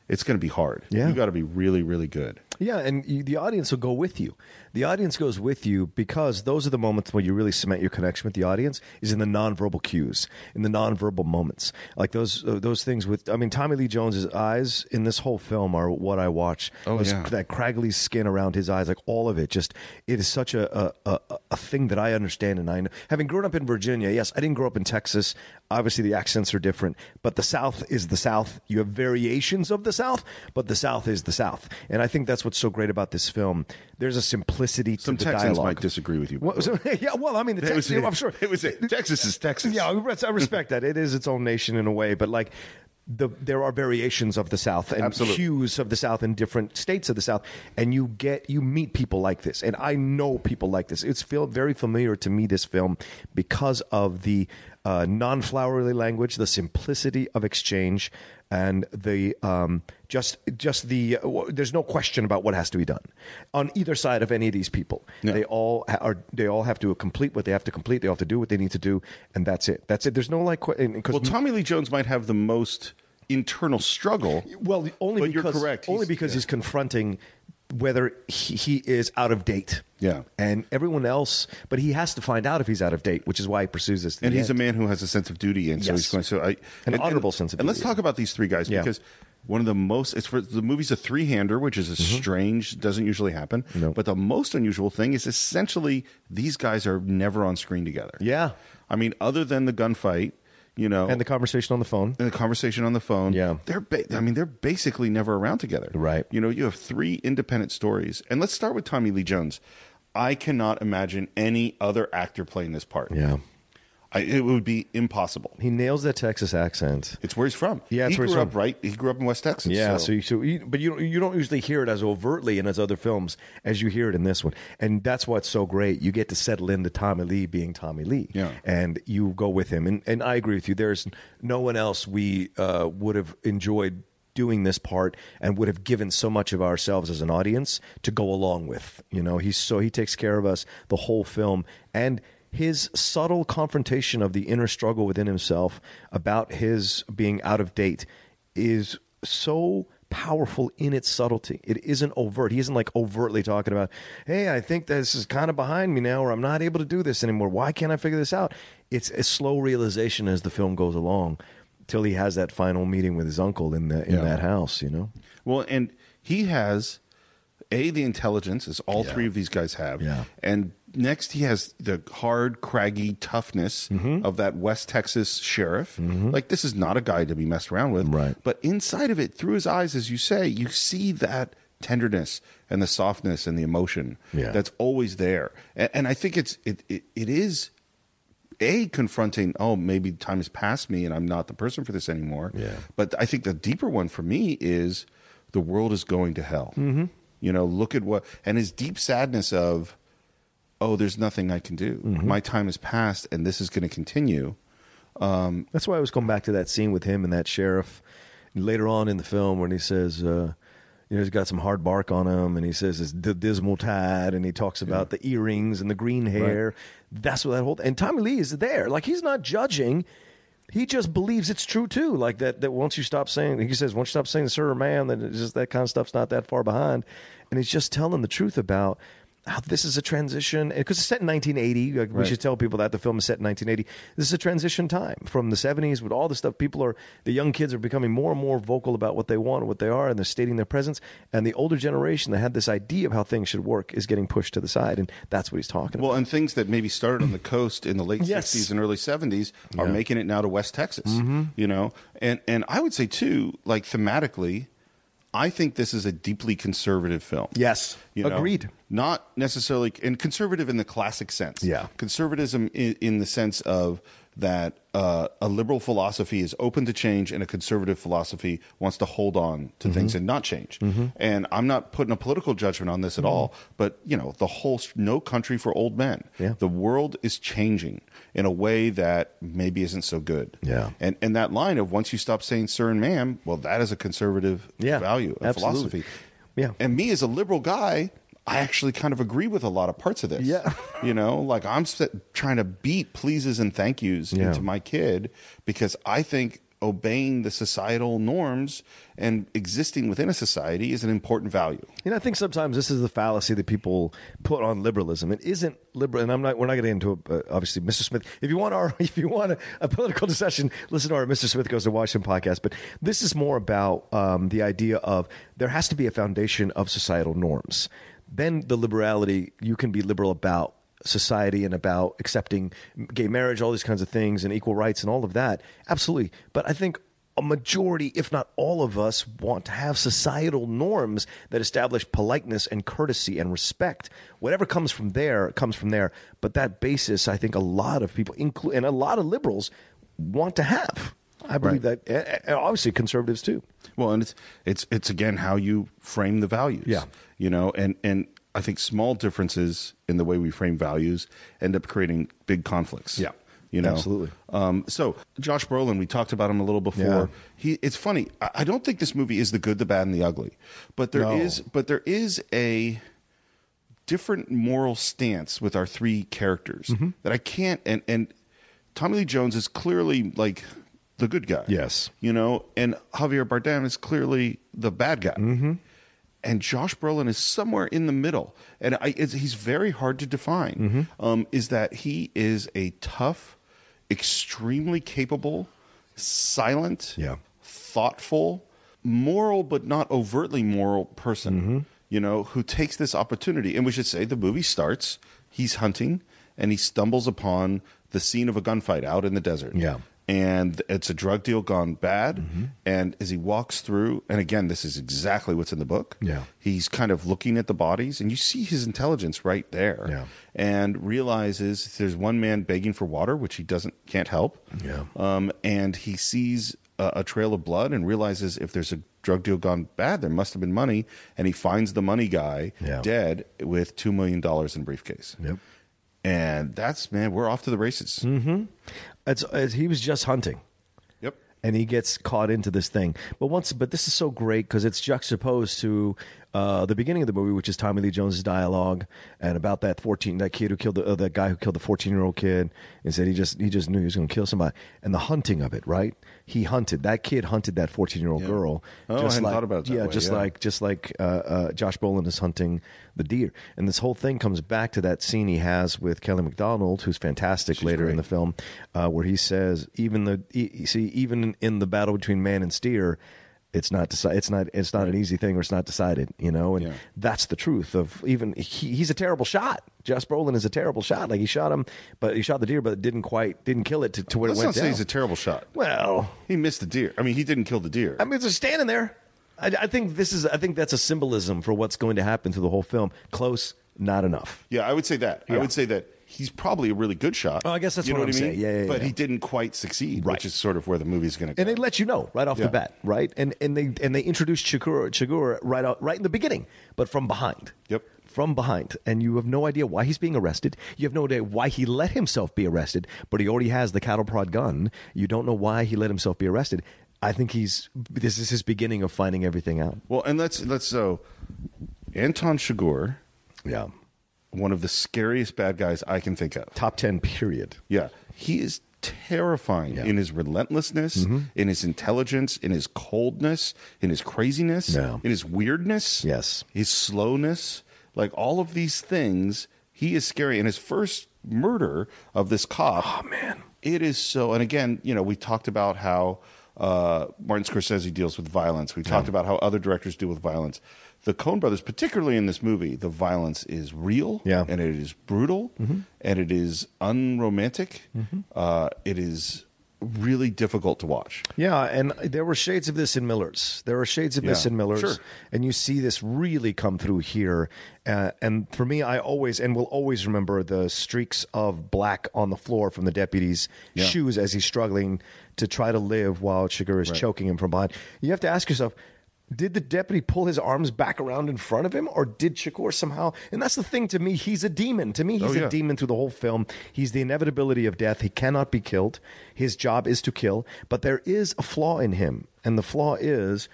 A: it's going to be hard.
D: Yeah.
A: You got to be really, really good.
D: Yeah, and you, the audience will go with you. The audience goes with you because those are the moments where you really cement your connection with the audience is in the nonverbal cues, in the nonverbal moments, like those uh, those things. With I mean, Tommy Lee Jones's eyes in this whole film are what I watch.
A: Oh,
D: Those-
A: yeah.
D: that craggly skin around his eyes, like all of it. Just it is such a a, a, a thing that I understand, and I know. having grown up in Virginia. Yes, I didn't grow up in Texas. Obviously, the accents are different, but the South is the South. You have variations of the South, but the South is the South, and I think that's what's so great about this film. There's a simplicity
A: Some
D: to the
A: Texans
D: dialogue.
A: might disagree with you.
D: What- so- yeah, well, I mean, the
A: It was-
D: Texans. I'm sure
A: It was it. Texas is Texas.
D: yeah, I res- I respect that. It is its own nation in a way, but like the there are variations of the South and
A: Absolutely.
D: hues of the South in different states of the South, and you get you meet people like this, and I know people like this. It's feel very familiar to me this film because of the uh, non-flowery language, the simplicity of exchange, and the um, just just the uh, w- there's no question about what has to be done on either side of any of these people. They all ha- are they all have to complete what they have to complete. They all have to do what they need to do, and that's it. That's it. There's no like because
A: Well, Tommy Lee Jones might have the most internal struggle.
D: well, only
A: But you're
D: because
A: correct.
D: only
A: He's-
D: because
A: yeah.
D: he's confronting whether he, he is out of date.
A: Yeah.
D: And everyone else, but he has to find out if he's out of date, which is why he pursues this. to
A: and
D: the
A: he's a
D: end.
A: man who has a sense of duty, and so
D: Yes.
A: he's going. So I
D: An
A: and-
D: honorable
A: and-
D: sense of
A: And let's
D: duty.
A: talk about these three guys
D: Yeah.
A: because one of the most it's for the movie's a three hander, which is a strange, doesn't usually happen.
D: Mm-hmm. No.
A: But the most unusual thing is essentially these guys are never on screen together.
D: Yeah.
A: I mean, other than the gunfight, you know,
D: And the conversation on the phone.
A: and the conversation on the phone.
D: Yeah.
A: they're. Ba- I mean, they're basically never around together.
D: Right.
A: You know, you have three independent stories, and let's start with Tommy Lee Jones. I cannot imagine any other actor playing this part.
D: Yeah.
A: I, it would be impossible.
D: He nails that Texas accent.
A: It's where he's from.
D: Yeah, it's
A: he
D: where he's
A: grew up
D: from.
A: right. He grew up in West Texas.
D: Yeah, so,
A: so,
D: you, so you, but you you don't usually hear it as overtly in his other films as you hear it in this one, and that's what's so great. You get to settle into Tommy Lee being Tommy Lee,
A: Yeah.
D: and you go with him, and and I agree with you. There's no one else we uh, would have enjoyed doing this part and would have given so much of ourselves as an audience to go along with. You know, he's so he takes care of us the whole film, and his subtle confrontation of the inner struggle within himself about his being out of date is so powerful in its subtlety. It isn't overt. He isn't like overtly talking about, hey, I think this is kind of behind me now, or I'm not able to do this anymore. Why can't I figure this out? It's a slow realization as the film goes along till he has that final meeting with his uncle in the in
A: Yeah.
D: that house, you know?
A: well, and he has a the intelligence as all three of these guys have.
D: Yeah.
A: And next, he has the hard, craggy toughness
D: Mm-hmm.
A: of that West Texas sheriff. Like this is not a guy to be messed around with.
D: Right.
A: But inside of it, through his eyes, as you say, you see that tenderness and the softness and the emotion
D: Yeah.
A: that's always there. And, and I think it's it it, it is a confronting oh maybe time has passed me and i'm not the person for this anymore
D: Yeah.
A: but i think the deeper one for me is the world is going to hell mm-hmm. you know look at what and his deep sadness of oh there's nothing i can do
D: Mm-hmm.
A: my time has passed and this is going to continue
D: That's why I was going back to that scene with him and that sheriff later on in the film when he says, uh, you know, he's got some hard bark on him and he says it's the dismal tide and he talks about the earrings and the green hair. That's what that whole and Tommy Lee is there. Like he's not judging. He just believes it's true too. Like that that once you stop saying he says, once you stop saying sir or man, then it's just that kind of stuff's not that far behind. And he's just telling the truth about how this is a transition because it's set in 1980 like we should tell people that the film is set in 1980 this is a transition time from the 70s with all the stuff people are the young kids are becoming more and more vocal about what they want and what they are and they're stating their presence and the older generation that had this idea of how things should work is getting pushed to the side and that's what he's talking
A: well and things that maybe started on the coast in the late
D: Yes.
A: 60s and early 70s are
D: Yeah. Mm-hmm.
A: making it now to west texas you know and and i would say too like thematically i think this is a deeply conservative film
D: about yes
A: You know?
D: agreed
A: Not necessarily, and conservative in the classic sense.
D: Yeah.
A: Conservatism in, in the sense of that uh, a liberal philosophy is open to change and a conservative philosophy wants to hold on to
D: Mm-hmm.
A: things and not change. And I'm not putting a political judgment on
D: Mm-hmm.
A: this at all, but you know, the whole s- no country for old men.
D: Yeah.
A: The world is changing in a way that maybe isn't so good.
D: Yeah.
A: And and that line of once you stop saying sir and ma'am, well that is a conservative
D: Yeah,
A: value and
D: absolutely.
A: philosophy.
D: Yeah.
A: And me as a liberal guy, I actually kind of agree with a lot of parts of this.
D: Yeah.
A: you know, like I'm s- trying to beat pleases and thank yous
D: Yeah.
A: into my kid because I think obeying the societal norms and existing within a society is an important value.
D: You know, I think sometimes this is the fallacy that people put on liberalism. It isn't liberal, and I'm not. We're not getting into a, uh, obviously, Mr. Smith. If you want our, if you want a, a political discussion, listen to our Mr. Smith Goes to Washington podcast. But this is more about um, the idea of there has to be a foundation of societal norms. Then the liberality you can be liberal about society and about accepting gay marriage, all these kinds of things, and equal rights and all of that. Absolutely, but I think a majority, if not all of us, want to have societal norms that establish politeness and courtesy and respect. Whatever comes from there comes from there. But that basis, I think a lot of people, inclu- and a lot of liberals, want to have. I believe that, and obviously conservatives too.
A: Well, and it's it's it's again how you frame the values.
D: Yeah.
A: You know, and and I think small differences in the way we frame values end up creating big conflicts.
D: Yeah.
A: You know.
D: Absolutely.
A: Um, so Josh Brolin, we talked about him a little before.
D: Yeah.
A: He it's funny. I, I don't think this movie is the good, the bad, and the ugly. But there is
D: No.
A: but there is a different moral stance with our three characters
D: Mm-hmm.
A: that I can't and and Tommy Lee Jones is clearly like the good guy.
D: Yes. Mm-hmm.
A: You know, and Javier Bardem is clearly the bad guy. and Josh Brolin is somewhere in the middle, and I, it's, he's very hard to define.
D: Mm-hmm.
A: Um, is that he is a tough, extremely capable, silent,
D: Yeah.
A: thoughtful, moral but not overtly moral person,
D: Mm-hmm.
A: you know, who takes this opportunity. And we should say the movie starts, he's hunting and he stumbles upon the scene of a gunfight out in the desert.
D: Yeah. Mm-hmm.
A: And it's a drug deal gone bad. And as he walks through, and again, this is exactly what's in the book.
D: Yeah.
A: He's kind of looking at the bodies, and you see his intelligence right there.
D: Yeah.
A: And realizes there's one man begging for water, which he doesn't can't help.
D: Yeah.
A: Um, and he sees a, a trail of blood and realizes if there's a drug deal gone bad, there must have been money. And he finds the money guy
D: Yeah.
A: dead with two million dollars in briefcase.
D: Yep.
A: And that's man, we're off to the races.
D: Hmm. It's, it's, he was just hunting.
A: Yep.
D: and he gets caught into this thing. But once, but this is so great because it's juxtaposed to uh, the beginning of the movie, which is Tommy Lee Jones's dialogue and about that fourteen that kid who killed the uh, that guy who killed the fourteen year old kid and said he just he just knew he was going to kill somebody and the hunting of it. Right? He hunted that kid hunted that fourteen year old girl.
A: Oh, I hadn't
D: like,
A: thought about it that
D: yeah,
A: way,
D: just
A: yeah.
D: like just like uh, uh, Josh Brolin is hunting the deer, and this whole thing comes back to that scene he has with Kelly McDonald, who's fantastic later in the film, uh, where he says, "Even the e- e- see, even in the battle between man and steer, it's not deci- it's not it's not an easy thing, or it's not decided, you know." And
A: Yeah.
D: that's the truth of even he, he's a terrible shot. Josh Brolin is a terrible shot. Like he shot him, but he shot the deer, but it didn't quite didn't kill it to, to where
A: Let's
D: it
A: not
D: went
A: say
D: down.
A: he's a terrible shot.
D: well,
A: He missed the deer. I mean, he didn't kill the deer.
D: I mean, they're standing there. I, I think this is. I think that's a symbolism for what's going to happen through the whole film. Close, not enough.
A: yeah, I would say that. I would say that he's probably a really good shot.
D: Oh, I guess that's
A: you know
D: what
A: what
D: I'm
A: I mean.
D: saying. Yeah, yeah,
A: but
D: yeah.
A: he didn't quite succeed,
D: Right.
A: which is sort of where the movie's going to.
D: And they let you know right off
A: Yeah.
D: the bat, right? And and they and they introduce Chigurh Chigurh right out right in the beginning, but from behind.
A: Yep.
D: From behind, and you have no idea why he's being arrested. You have no idea why he let himself be arrested, but he already has the cattle prod gun. You don't know why he let himself be arrested. I think he's. This is his beginning of finding everything out.
A: Well, and let's let's so Anton Chigurh,
D: Yeah.
A: one of the scariest bad guys I can think of.
D: Top ten. Period.
A: Yeah, he is terrifying in his relentlessness, in his intelligence, in his coldness, in his craziness,
D: No.
A: in his weirdness.
D: Yes.
A: his slowness, like all of these things, he is scary. And his first murder of this cop. Oh man, it is so. And again, you know, we talked about how uh, Martin Scorsese deals with violence. We talked about how other directors deal with violence. The Coen Brothers, particularly in this movie, the violence is real
D: Yeah.
A: and it is brutal and it is unromantic. Uh, it is really difficult to watch.
D: Yeah, and there were shades of this in Miller's. There were shades of this
A: Yeah,
D: in Miller's,
A: sure.
D: and you see this really come through here. Uh, and for me, I always and will always remember the streaks of black on the floor from the deputy's shoes as he's struggling to try to live while Chigurh is choking him from behind. You have to ask yourself. Did the deputy pull his arms back around in front of him, or did Chigurh somehow? And that's the thing to me; he's a demon. To me, he's
A: yeah.
D: a demon through the whole film. He's the inevitability of death. He cannot be killed. His job is to kill, but there is a flaw in him, and the flaw is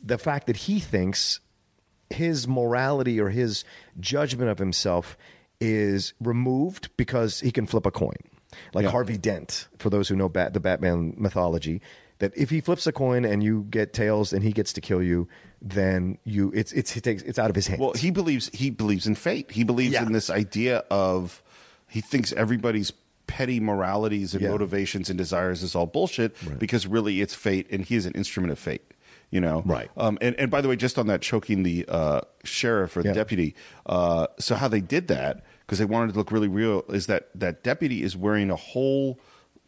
D: the fact that he thinks his morality or his judgment of himself is removed because he can flip a coin. Like
A: Yeah.
D: Harvey Dent, for those who know Bat- the Batman mythology, that if he flips a coin and you get tails and he gets to kill you, then you it's it's it takes it's out of his hands.
A: Well, he believes he believes in fate. He believes
D: Yeah.
A: in this idea of he thinks everybody's petty moralities and
D: Yeah.
A: motivations and desires is all bullshit because really it's fate and he is an instrument of fate. You know,
D: Right.
A: Um, and and by the way, just on that choking the uh, sheriff or the
D: Yeah.
A: deputy. Uh, so how they did that because they wanted it to look really real is that that deputy is wearing a whole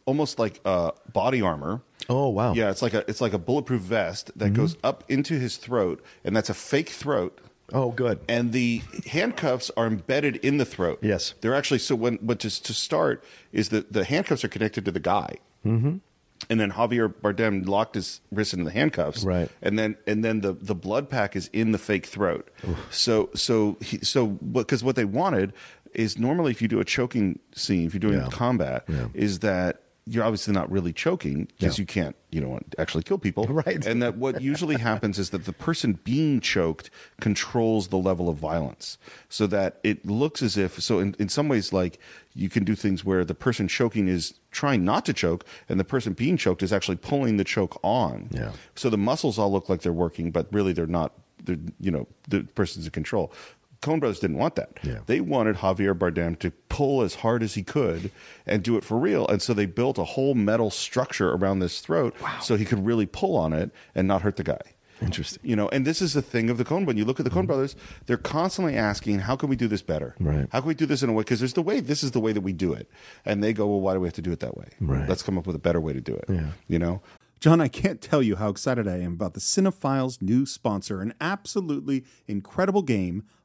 A: almost like uh, body armor.
D: Oh, wow. Mm-hmm.
A: Yeah, it's like a it's like a bulletproof vest that goes up into his throat, and that's a fake throat
D: oh, good.
A: and the handcuffs are embedded in the throat.
D: Yes.
A: they're actually so. When but just to start is that the handcuffs are connected to the guy, mm-hmm. and then Javier Bardem locked his wrist into the handcuffs.
D: Right.
A: and then and then the the blood pack is in the fake throat. So so he, so because what they wanted is normally if you do a choking scene, if you're doing
D: Yeah.
A: combat,
D: Yeah.
A: is that you're obviously not really choking because
D: Yeah.
A: you can't you know actually kill people
D: Right.
A: and that what usually happens is that the person being choked controls the level of violence so that it looks as if so in, in some ways like you can do things where the person choking is trying not to choke and the person being choked is actually pulling the choke on
D: Yeah.
A: so the muscles all look like they're working but really they're not the you know the person's in control. Coen Brothers didn't want that.
D: Yeah.
A: They wanted Javier Bardem to pull as hard as he could and do it for real. And so they built a whole metal structure around this throat so he could really pull on it and not hurt the guy.
D: Interesting. Mm-hmm.
A: You know, and this is the thing of the Coen. When you look at the Coen Brothers, they're constantly asking, "How can we do this better?
D: Right.
A: How can we do this in a way? Because there's the way. This is the way that we do it." And they go, "Well, why do we have to do it that way?
D: Right.
A: Let's come up with a better way to do it."
D: Yeah.
A: You know,
E: John, I can't tell you how excited I am about the Cinephiles' new sponsor, an absolutely incredible game,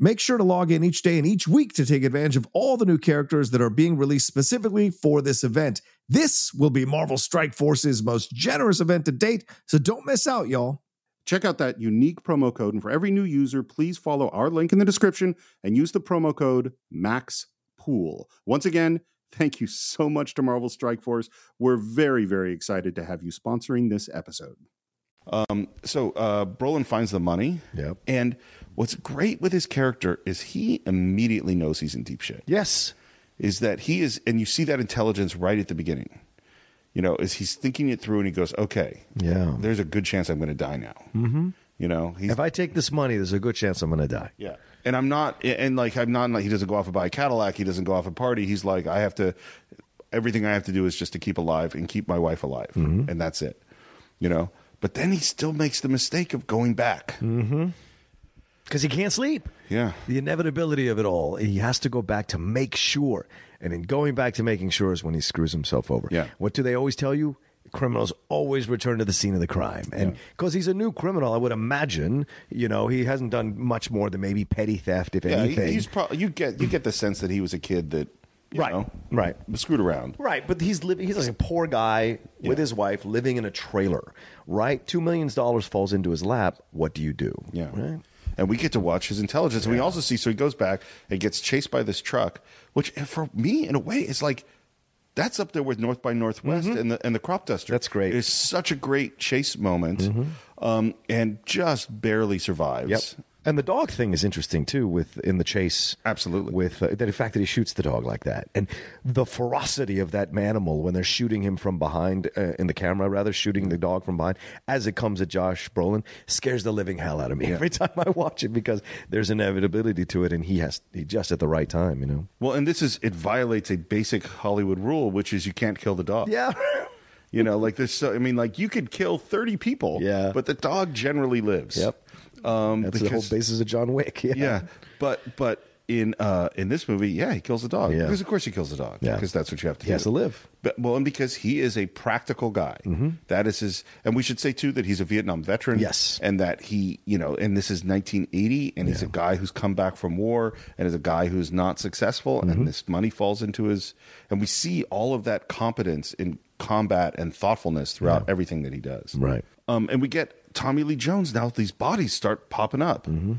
F: Make sure to log in each day and each week to take advantage of all the new characters that are being released specifically for this event. This will be Marvel Strike Force's most generous event to date, so don't miss out, y'all.
E: Check out that unique promo code, and for every new user, please follow our link in the description and use the promo code MAXPOOL. Once again, thank you so much to Marvel Strike Force. We're very, very excited to have you sponsoring this episode.
A: so uh, Brolin finds the money.
D: Yep.
A: And what's great with his character is he immediately knows he's in deep shit.
D: Yes.
A: Is that he is, and you see that intelligence right at the beginning. You know, is he's thinking it through and he goes, okay,
D: Yeah.
A: there's a good chance I'm going to die now. Mm-hmm. You know, he's
D: If I take this money, there's a good chance I'm going to die.
A: yeah. And I'm not, and like, I'm not, like, he doesn't go off and buy a Cadillac. He doesn't go off and party. He's like, I have to, everything I have to do is just to keep alive and keep my wife alive.
D: Mm-hmm.
A: And that's it, you know? But then he still makes the mistake of going back.
D: Mm-hmm. Because he can't sleep.
A: Yeah.
D: The inevitability of it all. He has to go back to make sure. And in going back to making sure is when he screws himself over.
A: Yeah.
D: What do they always tell you? Criminals always return to the scene of the crime. And because he's a new criminal, I would imagine, you know, he hasn't done much more than maybe petty theft, if
A: Yeah, Uh, he-
D: anything.
A: he's probably you get you get the sense that he was a kid that you
D: Right,
A: know,
D: right.
A: screwed around.
D: Right, but he's living. He's like a poor guy with his wife living in a trailer. Right, two million dollars falls into his lap. What do you do?
A: Yeah.
D: Right?
A: And we get to watch his intelligence. And we also see, so he goes back and gets chased by this truck, which and for me, in a way, is like that's up there with North by Northwest and the and the crop duster.
D: Mm-hmm. That's great. Mm-hmm.
A: It's such a great chase moment, um, and just barely survives.
D: Yep. And the dog thing is interesting too, with in the chase.
A: Absolutely.
D: With uh, the fact that he shoots the dog like that, and the ferocity of that animal when they're shooting him from behind uh, in the camera, rather shooting the dog from behind as it comes at Josh Brolin, scares the living hell out of me every time I watch it because there's inevitability to it, and he has he just at the right time, you know.
A: Well, and this is it violates a basic Hollywood rule, which is you can't kill the dog.
D: Yeah.
A: You know, like there's so I mean, like you could kill thirty people.
D: Yeah.
A: But the dog generally lives.
D: Yep.
A: Um,
D: That's the
A: because-
D: whole basis of John Wick. Yeah.
A: Yeah. But but in uh in this movie, yeah, he kills the dog.
D: Yeah.
A: Because of course he kills the dog.
D: Yeah.
A: Because that's what you have to
D: He
A: do.
D: has to live. Mm-hmm.
A: But, well, and because he is a practical guy. That is his and we should say too that he's a Vietnam veteran.
D: Yes.
A: And that he, you know, and this is nineteen eighty and he's a guy who's come back from war and is a guy who's not successful
D: Mm-hmm.
A: and this money falls into his and we see all of that competence in combat and thoughtfulness throughout everything that he does.
D: Right.
A: Um, and we get Tommy Lee Jones now. These bodies start popping up,
G: Mm-hmm.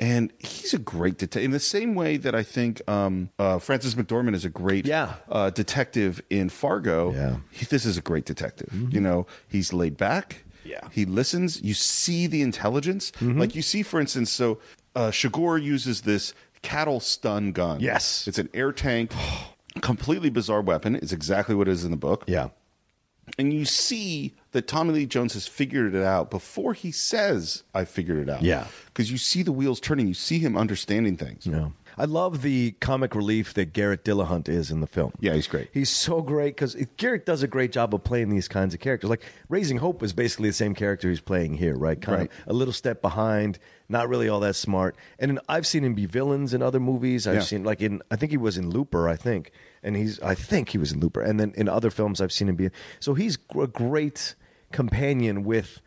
A: and he's a great detective. In the same way that I think um, uh, Francis McDormand is a great
D: Yeah.
A: uh, detective in Fargo.
D: Yeah. Mm-hmm.
A: he- this is a great detective. You know, he's laid back.
D: Yeah. Mm-hmm.
A: he listens. You see the intelligence, like you see, for instance. So uh, Shagor uses this cattle stun gun.
D: Yes.
A: it's an air tank. Completely bizarre weapon. It's exactly what it is in the book
D: Yeah.
A: and you see that Tommy Lee Jones has figured it out before he says, "I figured it out."
D: Yeah.
A: because you see the wheels turning, you see him understanding things.
D: No. I love the comic relief that Garrett Dillahunt is in the film.
A: Yeah, he's great.
D: He's so great because Garrett does a great job of playing these kinds of characters. Like Raising Hope is basically the same character he's playing here, right? Kind
A: Right.
D: of a little step behind, not really all that smart. And then I've seen him be villains in other movies. I've
A: Yeah.
D: seen like in I think he was in Looper, I think, and he's I think he was in Looper, and then in other films I've seen him be. So he's gr- a great companion with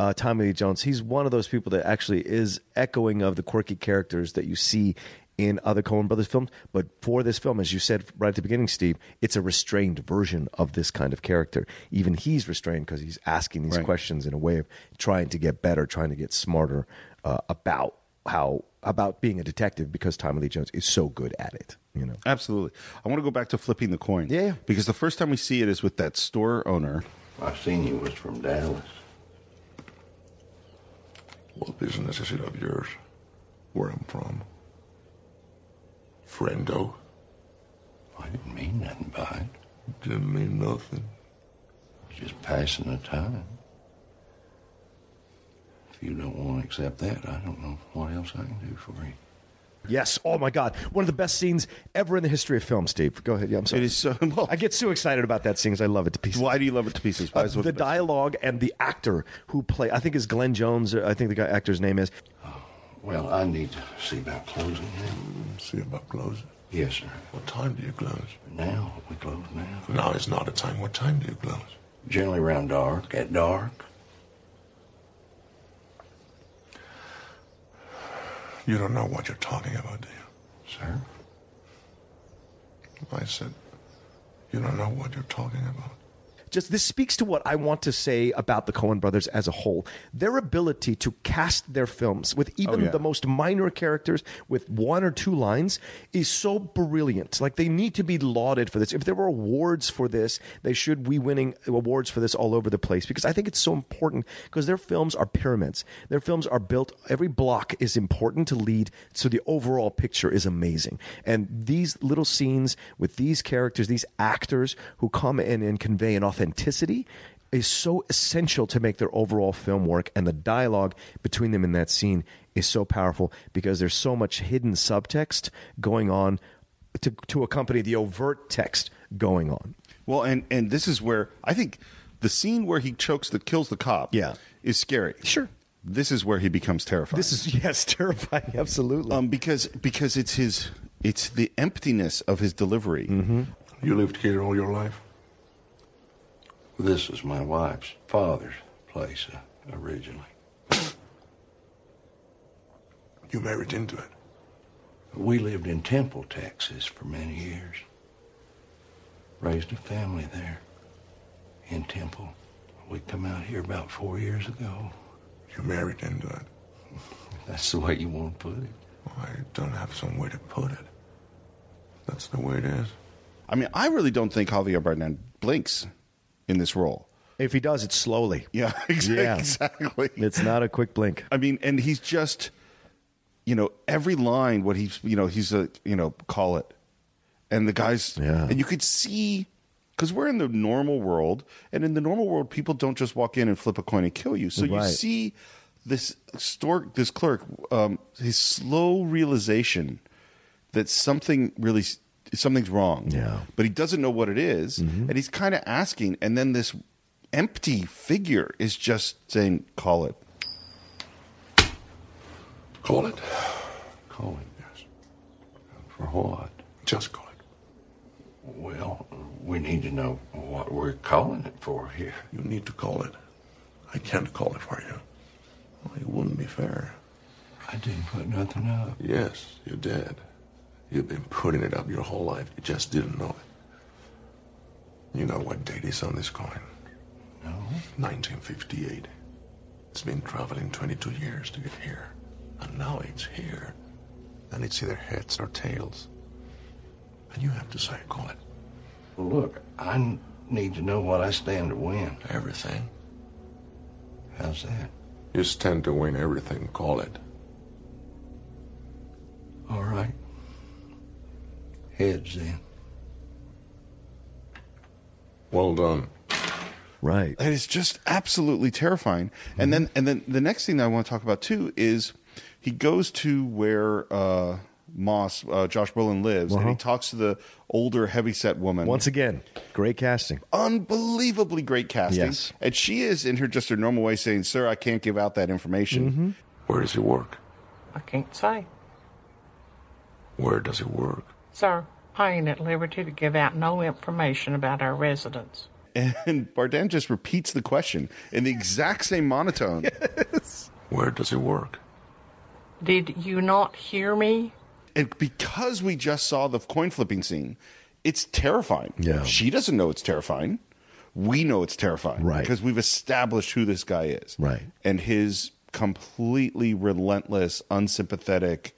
D: uh, Tommy Lee Jones. He's one of those people that actually is echoing of the quirky characters that you see in other Coen Brothers films. But for this film, as you said right at the beginning, Steve, it's a restrained version of this kind of character. Even he's restrained because he's asking these
A: Right.
D: questions in a way of trying to get better, trying to get smarter uh, about how about being a detective because Tommy Lee Jones is so good at it. You know,
A: Absolutely. I want to go back to flipping the coin.
D: Yeah, yeah.
A: Because the first time we see it is with that store owner.
H: I seen you was from Dallas.
B: What business is it of yours? Where I'm from? Friendo?
H: I didn't mean nothing by it.
B: Didn't mean nothing.
H: Just passing the time. If you don't want to accept that, I don't know what else I can do for you.
D: yes. Oh my God, one of the best scenes ever in the history of film. Steve, go ahead. Yeah, I'm sorry.
A: It is so. Well,
D: I get so excited about that scene 'cause I love it to pieces.
A: why do you love it to pieces? Why
D: Uh,
A: is it
D: the
A: best?
D: dialogue and the actor who play, I think is Glenn Jones. I think the guy actor's name is.
H: Well, I need to see about closing now.
B: See about closing.
H: Yes, sir.
B: What time do you close?
H: Now, we close now.
B: Now is not a time. What time do you close?
H: Generally around dark, at dark.
B: You don't know what you're talking about, do you?
H: Sir?
B: I said, you don't know what you're talking about.
D: just this speaks to what I want to say about the Coen brothers as a whole. Their ability to cast their films with even the most minor characters with one or two lines is so brilliant. Like they need to be lauded for this. If there were awards for this, they should be winning awards for this all over the place because I think it's so important because their films are pyramids. Their films are built every block is important to lead so the overall picture is amazing. And these little scenes with these characters, these actors who come in and convey an authenticity is so essential to make their overall film work and the dialogue between them in that scene is so powerful because there's so much hidden subtext going on to, to accompany the overt text going on.
A: Well, and and this is where I think the scene where he chokes that kills the cop.
D: Yeah.
A: is scary.
D: Sure.
A: This is where he becomes terrifying.
D: This is yes, terrifying, absolutely.
A: um because because it's his it's the emptiness of his delivery.
B: You lived here all your life?
H: This is my wife's father's place uh, originally.
B: You married into it.
H: We lived in Temple, Texas for many years. Raised a family there in Temple. We come out here about four years ago.
B: You married into it.
H: That's the way you want to put it.
B: I don't have some way to put it. That's the way it is.
A: I mean, I really don't think Javier Bardem blinks in this role.
D: if he does, it's slowly.
A: Yeah, ex-
D: Yeah.
A: exactly.
D: It's not a quick blink.
A: I mean, and he's just, you know, every line, what he's, you know, he's a, you know, call it. And the guys,
D: Yeah.
A: and you could see, because we're in the normal world, and in the normal world, people don't just walk in and flip a coin and kill you. So you
D: Right.
A: see this store, this clerk, um, his slow realization that something really, something's wrong.
D: Yeah. Mm-hmm.
A: But he doesn't know what it is, and he's kind of asking, and then this empty figure is just saying, call it.
B: Call it.
H: Call it
B: Yes.
H: for what?
B: Just call it.
H: Well, we need to know what we're calling it for here.
B: You need to call it. I can't call it for you. Well, it wouldn't be fair.
H: I didn't put nothing up.
B: Yes, you did. You've been putting it up your whole life. You just didn't know it. You know what date is on this coin?
H: No?
B: 1958. It's been traveling 22 years to get here. And now it's here. And it's either heads or tails. And you have to say, call it
H: Well, look, I n- need to know what I stand to win.
B: everything.
H: How's that?
B: You stand to win everything, call it.
H: All right. Heads then.
B: Well done.
D: Right.
A: It is just absolutely terrifying.
D: Mm-hmm.
A: And then and then the next thing that I want to talk about too is he goes to where uh Moss, uh, Josh Brolin lives, and he talks to the older heavyset woman.
D: Uh-huh. Once again, great casting.
A: unbelievably great casting.
D: Yes.
A: And she is in her just her normal way saying, Sir, I can't give out that information.
B: Where does he work?
I: I can't say.
B: Where does he work?
I: Sir, I ain't at liberty to give out no information about our residents.
D: Mm-hmm.
A: And Bardan just repeats the question in the exact same monotone.
B: Where does he work?
I: Did you not hear me?
A: And because we just saw the coin flipping scene, it's terrifying.
D: Yeah.
A: She doesn't know it's terrifying. We know it's terrifying.
D: Right.
A: Because we've established who this guy is.
D: Right.
A: And his completely relentless, unsympathetic,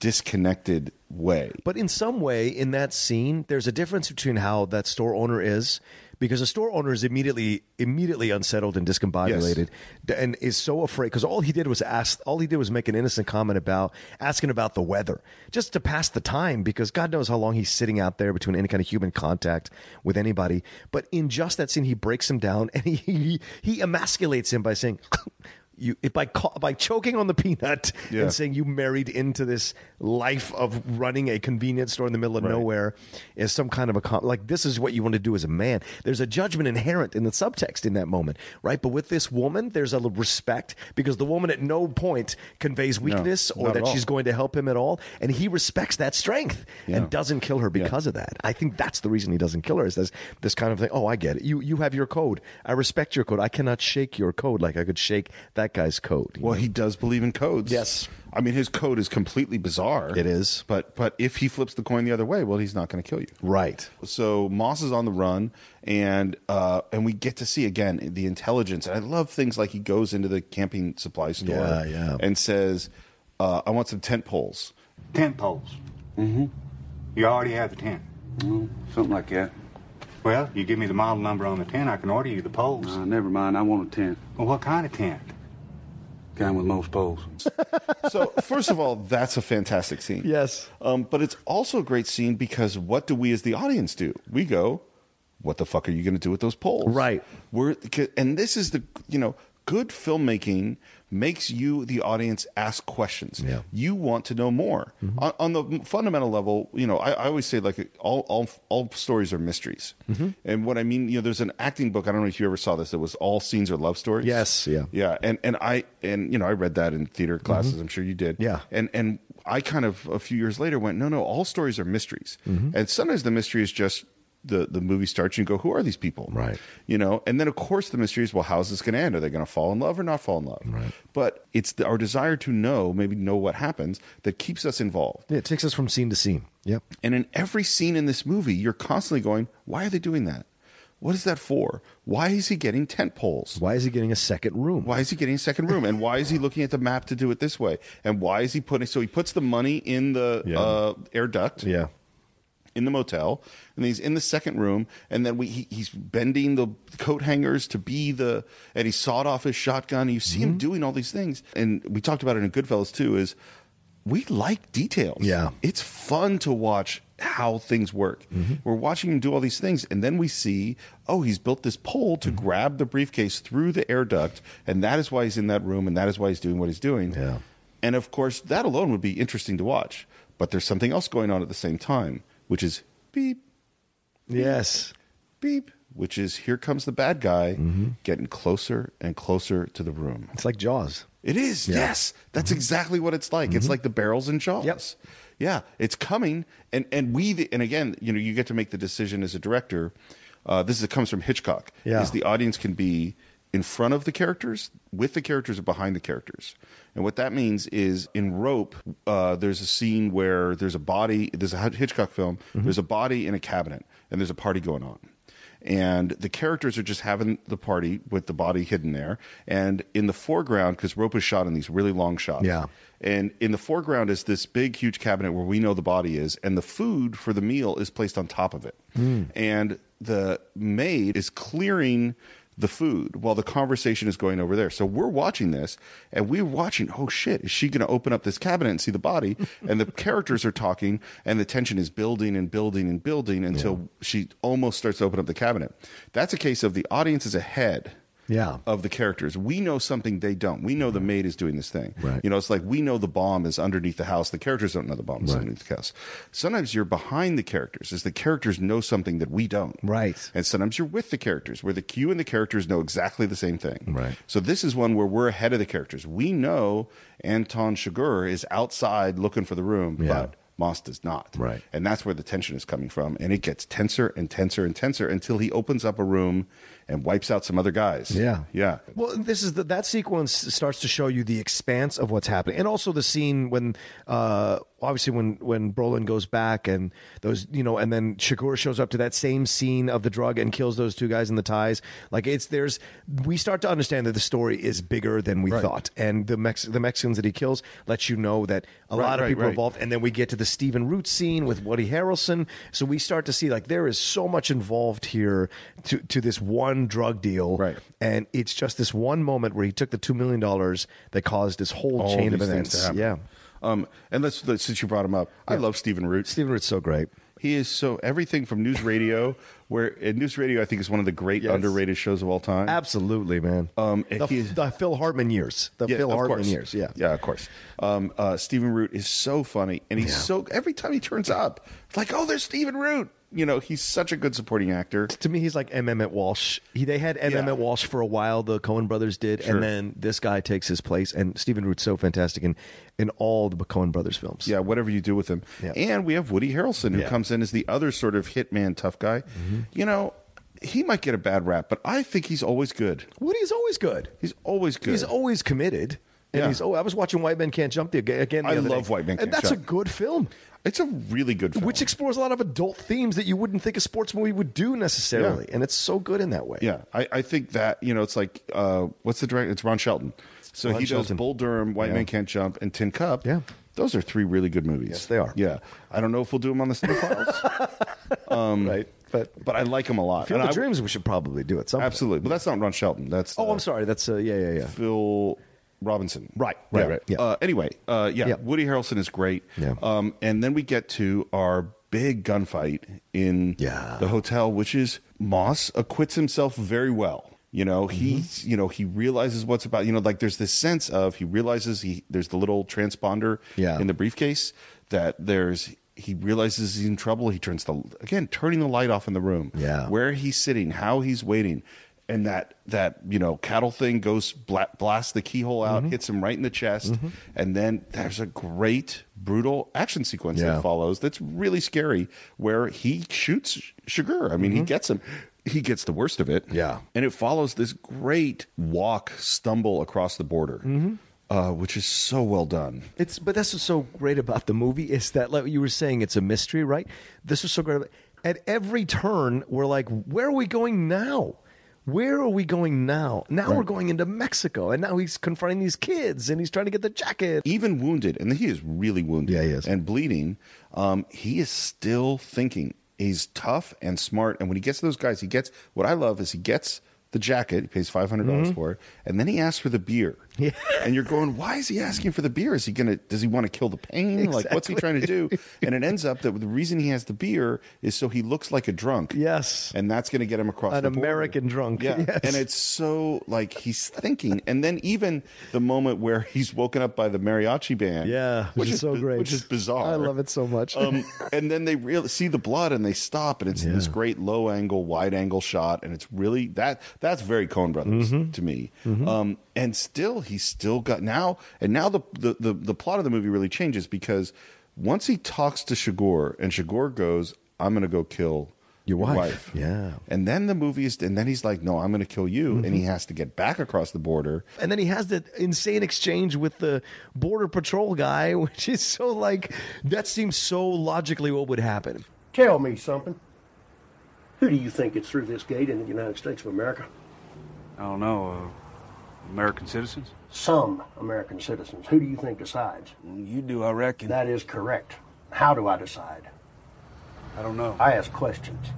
A: disconnected way.
D: But in some way, in that scene, there's a difference between how that store owner is, because a store owner is immediately immediately unsettled and discombobulated, d- and is so afraid. Because all he did was ask, all he did was make an innocent comment about asking about the weather, just to pass the time. Because God knows how long he's sitting out there between any kind of human contact with anybody. But in just that scene, he breaks him down and he he, he emasculates him by saying. You, by ca- by choking on the peanut
A: Yeah.
D: and saying you married into this life of running a convenience store in the middle of nowhere is some kind of a com- like this is what you want to do as a man there's a judgment inherent in the subtext in that moment right but with this woman there's a l- respect because the woman at no point conveys weakness
A: not
D: or
A: at
D: that
A: all.
D: she's going to help him at all and he respects that strength and doesn't kill her because of that i think that's the reason he doesn't kill her is this this kind of thing oh i get it you you have your code i respect your code i cannot shake your code like i could shake that guy's code you
A: Well, he does believe in codes.
D: Yes.
A: I mean, his code is completely bizarre.
D: It is.
A: But but if he flips the coin the other way, well, he's not going to kill you.
D: Right.
A: So Moss is on the run, and uh, and we get to see again the intelligence. And I love things like he goes into the camping supply store,
D: Yeah, yeah.
A: and says, uh, "I want some tent poles."
G: Tent poles. Mm-hmm. You already have the tent.
J: Mm-hmm. Something like that.
G: Well, you give me the model number on the tent, I can order you the poles.
J: Uh, never mind. I want a tent.
G: Well, what kind of tent?
J: Kind with most poles.
A: So first of all, that's a fantastic scene.
D: Yes.
A: Um, but it's also a great scene because what do we as the audience do? We go, what the fuck are you going to do with those poles?
D: Right.
A: We're and this is the you know good filmmaking makes you the audience ask questions.
D: Yeah. Mm-hmm.
A: You want to know more on, on the fundamental level. You know, I, I always say like all all all stories are mysteries,
D: Mm-hmm.
A: and what I mean, you know, there's an acting book. I don't know if you ever saw this. It was all scenes are love stories.
D: Yes, yeah.
A: yeah, and and I and you know I read that in theater classes. I'm sure you did.
D: Mm-hmm. Yeah.
A: And and I kind of a few years later went, no, no, all stories are mysteries.
D: Mm-hmm.
A: And sometimes the mystery is just the the movie starts and you go, who are these people?
D: Right.
A: You know, and then of course the mystery is, well, how's this going to end? Are they going to fall in love or not fall in love? Right. But it's the, our desire to know, maybe know what happens, that keeps us involved.
D: Yeah, it takes us from scene to scene. Yep.
A: And in every scene in this movie, you're constantly going, why are they doing that? What is that for? Why is he getting tent poles?
D: Why is he getting a second room?
A: Why is he getting a second room? And why is he looking at the map to do it this way? And why is he putting so he puts the money in the
D: Yeah.
A: uh, air duct
D: Yeah.
A: in the motel, and he's in the second room, and then we he, he's bending the coat hangers to be the, and he sawed off his shotgun. And you see
D: Mm-hmm.
A: him doing all these things, and we talked about it in Goodfellas too. Is we like details.
D: Yeah.
A: it's fun to watch how things work. We're watching him do all these things, and then we see, oh, he's built this pole to grab the briefcase through the air duct, and that is why he's in that room, and that is why he's doing what he's doing.
D: Yeah.
A: And of course, that alone would be interesting to watch. But there's something else going on at the same time, which is beep,
D: Yes.
A: beep, which is here comes the bad guy getting closer and closer to the room.
D: It's like Jaws.
A: It is, yes. That's exactly what it's like. It's like the barrels and jaws.
D: Yep.
A: Yeah, it's coming. And and we the, and again, you know, you get to make the decision as a director. Uh, this is it comes from Hitchcock.
D: Yeah.
A: Is the audience can be in front of the characters, with the characters, or behind the characters. And what that means is in Rope, uh, there's a scene where there's a body, there's a Hitchcock film, there's a body in a cabinet, and there's a party going on. And the characters are just having the party with the body hidden there. And in the foreground, because Rope is shot in these really long shots.
D: Yeah.
A: And in the foreground is this big, huge cabinet where we know the body is, and the food for the meal is placed on top of it. And the maid is clearing the food while the conversation is going over there. So we're watching this, and we're watching, oh shit, is she going to open up this cabinet and see the body? and the characters are talking, and the tension is building and building and building until she almost starts to open up the cabinet. That's a case of the audience is ahead
D: Yeah.
A: of the characters. We know something they don't. We know the maid is doing this thing.
D: Right.
A: You know, it's like we know the bomb is underneath the house. The characters don't know the bomb is
D: Right.
A: underneath the house. Sometimes you're behind the characters, is the characters know something that we don't.
D: Right.
A: And sometimes you're with the characters, where the you and the characters know exactly the same thing.
D: Right.
A: So this is one where we're ahead of the characters. We know Anton Chigurh is outside looking for the room,
D: Yeah.
A: but Moss does not.
D: Right.
A: And that's where the tension is coming from. And it gets tenser and tenser and tenser until he opens up a room and wipes out some other guys.
D: Yeah.
A: Yeah.
D: Well, this is the, that sequence starts to show you the expanse of what's happening, and also the scene when, uh, obviously when when Brolin goes back and those you know, and then Shakur shows up to that same scene of the drug and kills those two guys in the ties. Like it's there's we start to understand that the story is bigger than we thought, and the Mex- the Mexicans that he kills lets you know that a
A: Right,
D: lot of
A: right,
D: people are
A: right.
D: involved involved. And then we get to the Stephen Root scene with Woody Harrelson. So we start to see like there is so much involved here to, to this one drug deal.
A: Right.
D: And it's just this one moment where he took the $2 million that caused this whole
A: All
D: chain of
A: these things to
D: events.
A: happen.
D: Yeah.
A: Um, and let's, let's- since you brought him up, I love Stephen Root.
D: Stephen Root's so great.
A: He is so everything from news radio, where and news radio I think is one of the great
D: Yes.
A: underrated shows of all time.
D: Absolutely, man.
A: Um, and
D: the,
A: he is-
D: the Phil Hartman years. The
A: Yeah,
D: Phil
A: of
D: Hartman
A: course.
D: years. Yeah.
A: yeah, of course. Um, uh, Stephen Root is so funny, and he's so every time he turns up, it's like, oh, there's Stephen Root. You know, he's such a good supporting actor.
D: To me, he's like M. Emmett Walsh. He, they had M.
A: Yeah.
D: Emmett Walsh for a while. The Cohen brothers did,
A: Sure.
D: and then this guy takes his place. And Stephen Root's so fantastic in in all the Cohen brothers films.
A: Yeah, whatever you do with him.
D: Yeah.
A: And we have Woody Harrelson, who
D: Yeah. Mm-hmm.
A: comes in as the other sort of hitman tough guy. You know, he might get a bad rap, but I think he's always good.
D: Woody's always good.
A: He's always good.
D: He's always committed. And
A: Yeah.
D: he's oh, I was watching White Men Can't Jump the again. The
A: I
D: other
A: love
D: day.
A: White Men
D: and
A: Can't
D: that's
A: Jump.
D: a good film,
A: it's a really good film.
D: which explores a lot of adult themes that you wouldn't think a sports movie would do necessarily,
A: Yeah.
D: and it's so good in that way.
A: Yeah, I, I think that you know it's like uh, what's the director? It's Ron Shelton. So
D: Ron
A: he does
D: Shelton.
A: Bull Durham, White
D: Yeah.
A: Man Can't Jump, and Tin Cup.
D: Yeah.
A: those are three really good movies.
D: Yes, they are.
A: Yeah, I don't know if we'll do them on the Cinephiles,
D: right. But
A: but I like them a lot.
D: Field
A: And
D: of
A: I-
D: Dreams, we should probably do it. Something.
A: absolutely. But that's not Ron Shelton. That's
D: Oh,
A: uh,
D: I'm sorry. That's uh, yeah, yeah, yeah.
A: Phil Robinson.
D: Right, right,
A: yeah.
D: right, yeah.
A: Uh, anyway, uh, yeah,
D: Yeah.
A: Woody Harrelson is great.
D: Yeah.
A: Um, and then we get to our big gunfight in
D: Yeah.
A: the hotel, which is Moss acquits himself very well. You know, he's
D: Mm-hmm.
A: you know, he realizes what's about, you know, like there's this sense of he realizes he there's the little transponder
D: Yeah.
A: in the briefcase that there's he realizes he's in trouble. He turns the again, turning the light off in the room.
D: Yeah.
A: Where he's sitting, how he's waiting, and that that you know cattle thing goes bla- blasts the keyhole out,
D: Mm-hmm.
A: hits him right in the chest, and then there's a great brutal action sequence
D: Yeah.
A: that follows that's really scary, where he shoots Sugar. I mean, he gets him. He gets the worst of it.
D: Mm-hmm. Yeah.
A: And it follows this great walk stumble across the border,
D: Mm-hmm.
A: uh, which is so well done.
D: It's but that's what's so great about the movie is that like you were saying it's a mystery, right? This was so great. About, at every turn, we're like, where are we going now? Where are we going now? Now we're going into Mexico, and now he's confronting these kids, and he's trying to get the jacket.
A: even wounded, and he is really wounded.
D: Yeah, he is.
A: And bleeding, um, he is still thinking. He's tough and smart. And when he gets to those guys, he gets what I love is he gets the jacket, he pays five hundred
D: Mm-hmm.
A: dollars for it, and then he asks for the beer. Yeah. And you're going, why is he asking for the beer? Is he gonna does he want to kill the pain? Like what's he trying to do? And it ends up that the reason he has the beer is so he looks like a drunk.
D: Yes.
A: And that's gonna get him across
D: An
A: the border.
D: American drunk.
A: Yeah.
D: Yes.
A: And it's so like he's thinking. And then even the moment where he's woken up by the mariachi band.
D: Yeah, which is so
A: bi-
D: great.
A: Which is bizarre.
D: I love it so much.
A: Um, and then they really see the blood and they stop and it's this great low angle, wide angle shot. And it's really that that's very Coen Brothers
D: Mm-hmm.
A: to me. Um, and still he's still got now and now the, the the the plot of the movie really changes because once he talks to Shagor and Shagor goes, I'm gonna go kill
D: Your wife." Yeah. Mm-hmm.
A: and then the movie is, and then he's like, "No, I'm going to kill you," and he has to get back across the border.
D: And then he has that insane exchange with the border patrol guy, which is so like that seems so logically what would happen.
K: Tell me something. Who do you think it's through this gate in the United States of America?
J: I don't know. Uh, American citizens?
K: Some American citizens. Who do you think decides?
J: You do, I reckon.
K: That is correct. How do I decide?
J: I don't know.
K: I ask questions.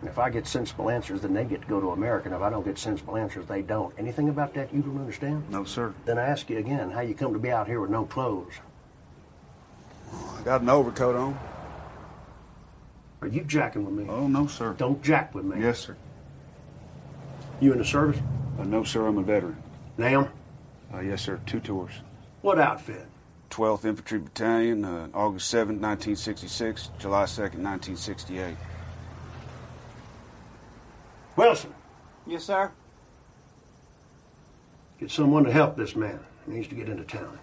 K: And if I get sensible answers, then they get to go to America. And if I don't get sensible answers, they don't. Anything about that you don't understand?
J: no, sir.
K: Then I ask you again how you come to be out here with no clothes.
J: I got an overcoat on.
K: Are you jacking with me?
J: Oh, no, sir.
K: Don't jack with me.
J: Yes, sir.
K: You in the service?
J: Uh, no, sir, I'm a veteran.
K: Now?
J: Uh, yes, sir, two tours.
K: What outfit?
J: 12th Infantry Battalion, uh, August 7, 1966, July 2nd, 1968.
K: Wilson,
L: Yes, sir.
K: get someone to help this man. He needs to get into town.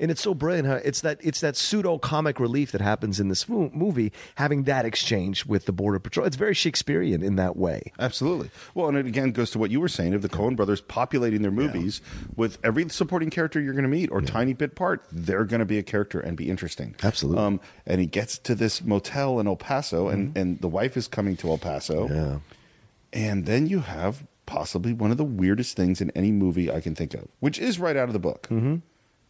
D: And it's so brilliant how it's that it's that pseudo comic relief that happens in this mo- movie, having that exchange with the border patrol. It's very Shakespearean in that way.
A: Absolutely. Well, and it again goes to what you were saying of the Coen brothers populating their movies with every supporting character you're going to meet or tiny bit part. They're going to be a character and be interesting. Absolutely. Um, and he gets to this motel in El Paso, and,
D: Mm-hmm.
A: and the wife is coming to El Paso. Yeah. And then you have possibly one of the weirdest things in any movie I can think of, which is right out of the book,
D: Mm-hmm.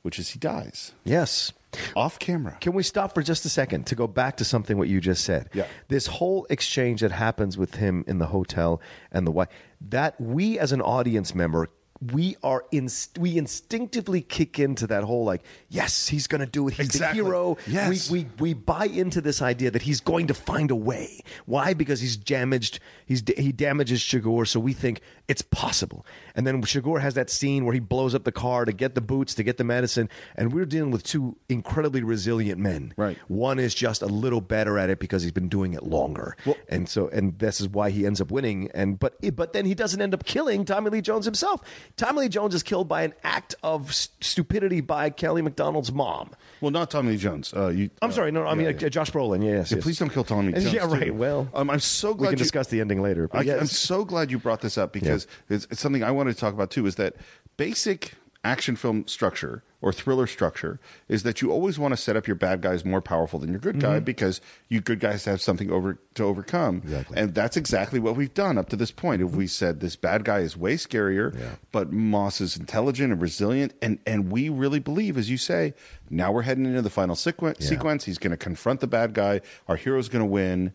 A: which is he dies.
D: Yes.
A: Off camera.
D: Can we stop for just a second to go back to something what you just said?
A: Yeah.
D: This whole exchange that happens with him in the hotel and the wife, that we as an audience member, we are inst- we instinctively kick into that whole like, yes, he's going to do it. He's
A: Exactly.
D: the hero.
A: Yes.
D: We, we we buy into this idea that he's going to find a way. Why? Because he's damaged. He's he damages Chagor, so we think it's possible. And then Chagor has that scene where he blows up the car to get the boots, to get the medicine, and we're dealing with two incredibly resilient men. Right. One is just a little better at it because he's been doing it longer, and so and this is why he ends up winning. And but eh, but then he doesn't end up killing Tommy Lee Jones himself. Tommy Lee Jones is killed by an act of s- stupidity by Kelly McDonald's mom.
A: Well, not Tommy Lee Jones. Uh, you,
D: I'm
A: uh,
D: sorry, no, I
A: yeah,
D: mean
A: yeah.
D: uh, Josh Brolin. Yeah, yes,
A: Yeah,
D: yes.
A: please don't kill Tommy Jones.
D: Yeah,
A: too.
D: right. Well,
A: um, I'm so glad
D: we can
A: you-
D: discuss the ending later.
A: I,
D: But yes.
A: I'm so glad you brought this up because it's, it's something I wanted to talk about too. Is that basic action film structure or thriller structure is that you always want to set up your bad guys more powerful than your good
D: Mm-hmm.
A: guy because you good guys have something over to overcome. Exactly. And that's exactly what we've done up to this point.
D: Mm-hmm.
A: If we said this bad guy is way scarier, but Moss is intelligent and resilient, and and we really believe, as you say, now we're heading into the final sequen- sequence. He's going to confront the bad guy. Our hero's going to win,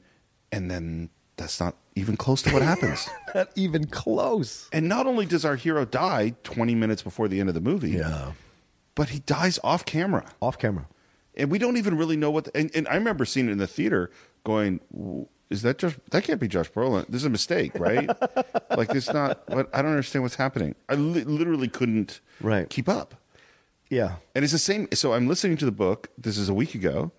A: and then that's not even close to what happens.
D: not even close.
A: And not only does our hero die 20 minutes before the end of the movie, yeah. but he dies off camera.
D: Off camera.
A: And we don't even really know what. The, and, and I remember seeing it in the theater going, "W- is that Josh? That can't be Josh Brolin. This is a mistake, right? like, this not. What, I don't understand what's happening. I li- literally couldn't
D: Right.
A: keep up.
D: Yeah.
A: And it's the same. So I'm listening to the book. This is a week ago,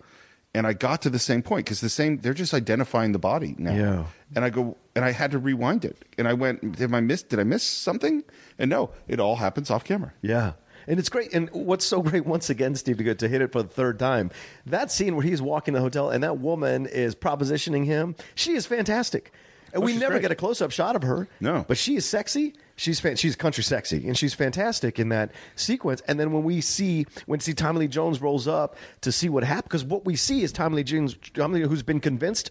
A: and I got to the same point because the same. They're just identifying the body now.
D: Yeah.
A: And I go, and I had to rewind it, and I went, "Did I miss? Did I miss something?" And no, it all happens off camera.
D: Yeah. And it's great. And what's so great, once again, Steve, to, go, to hit it for the third time, that scene where he's walking the hotel and that woman is propositioning him, she is fantastic. And
A: Oh,
D: we
A: she's
D: never
A: great.
D: get a close up shot of her.
A: No.
D: But she is sexy. She's fan- she's country sexy. And she's fantastic in that sequence. And then when we see, when see Tommy Lee Jones rolls up to see what happened, because what we see is Tommy Lee Jones, Tommy Lee, who's been convinced.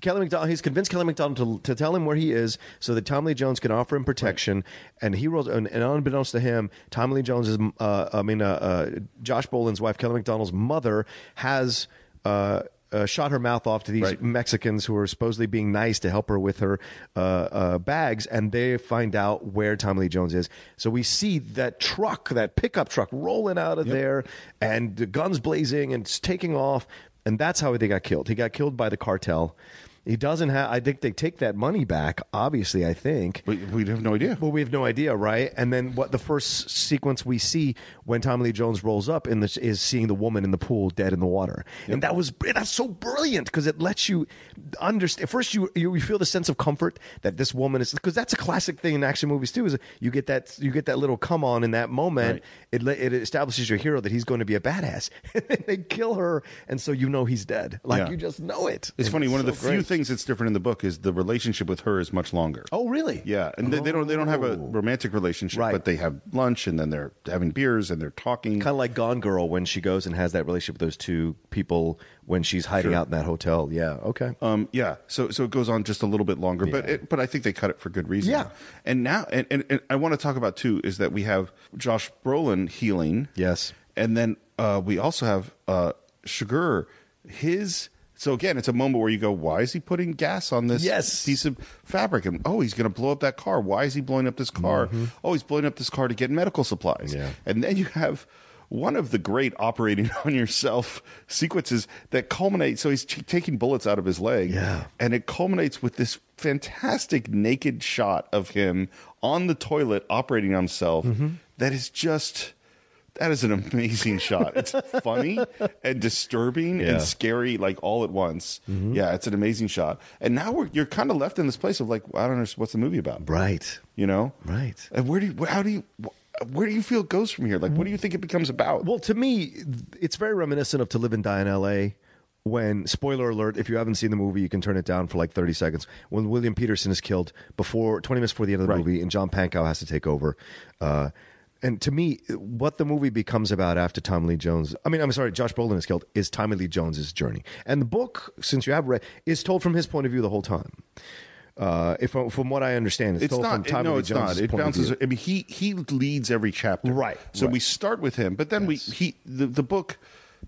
D: Kelly McDonald, he's convinced Kelly McDonald to, to tell him where he is so that Tommy Lee Jones can offer him protection. And he rolls, and, and unbeknownst to him, Tommy Lee Jones is, uh, I mean, uh, uh, Josh Bolin's wife, Kelly McDonald's mother, has uh, uh, shot her mouth off to these Mexicans who are supposedly being nice to help her with her uh, uh, bags. And they find out where Tommy Lee Jones is. So we see that truck, that pickup truck, rolling out of there and the guns blazing and it's taking off. And that's how they got killed. He got killed by the cartel. He doesn't have. I think they take that money back. Obviously, I think.
A: We, we have no idea.
D: Well, we have no idea, right? And then what the first sequence we see when Tommy Lee Jones rolls up in this is seeing the woman in the pool dead in the water, and that was that's so brilliant because it lets you understand. First, you you feel the sense of comfort that this woman is because that's a classic thing in action movies too. Is you get that you get that little come on in that moment. It le- it establishes your hero that he's going to be a badass, and then they kill her, and so you know he's dead. Like
A: Yeah.
D: you just know it.
A: It's
D: And
A: funny. One of
D: so
A: the few
D: great.
A: things that's different in the book is the relationship with her is much longer.
D: Oh, really?
A: Yeah, and they, they don't they don't have a romantic relationship,
D: Right.
A: but they have lunch and then they're having beers and they're talking.
D: kind of like Gone Girl when she goes and has that relationship with those two people when she's hiding out in that hotel. Yeah. Okay.
A: Um, yeah, so so it goes on just a little bit longer, but it, but I think they cut it for good reason.
D: Yeah.
A: and now and, and, and I want to talk about too is that we have Josh Brolin healing,
D: Yes.
A: and then uh, we also have uh, Sugar. His so again, it's a moment where you go, why is he putting gas on this
D: Yes.
A: piece of fabric? And oh, he's going to blow up that car. Why is he blowing up this car? Oh, he's blowing up this car to get medical supplies.
D: Mm-hmm. Yeah.
A: and then you have one of the great operating on yourself sequences that culminates. So he's t- taking bullets out of his leg,
D: Yeah.
A: and it culminates with this fantastic naked shot of him on the toilet operating on himself.
D: Mm-hmm.
A: That is just. That is an amazing shot. It's funny and disturbing
D: Yeah. Mm-hmm.
A: and scary, like all at once. Yeah, it's an amazing shot. And now we're, you're kind of left in this place of like, I don't know what's the movie about,
D: Right.
A: you know?
D: Right.
A: And where do you, how do you, where do you feel it goes from here? Like, what do you think it becomes about?
D: Well, to me, th- it's very reminiscent of To Live and Die in L.A. When spoiler alert, if you haven't seen the movie, you can turn it down for like thirty seconds. When William Peterson is killed before twenty minutes before the end of the movie, and John Pankow has to take over. Uh, and to me, what the movie becomes about after Tommy Lee Jones, I mean, I'm sorry, Josh Brolin is killed, is Tommy Lee Jones's journey. And the book, since you have read, is told from his point of view the whole time. Uh, if from what I understand, it's,
A: It's
D: told
A: not.
D: from Tommy
A: no,
D: Lee
A: it's
D: Jones's
A: not. It
D: point of
A: bounces.
D: view.
A: I mean, he he leads every chapter.
D: Right,
A: So
D: right.
A: we start with him, but then we he the, the book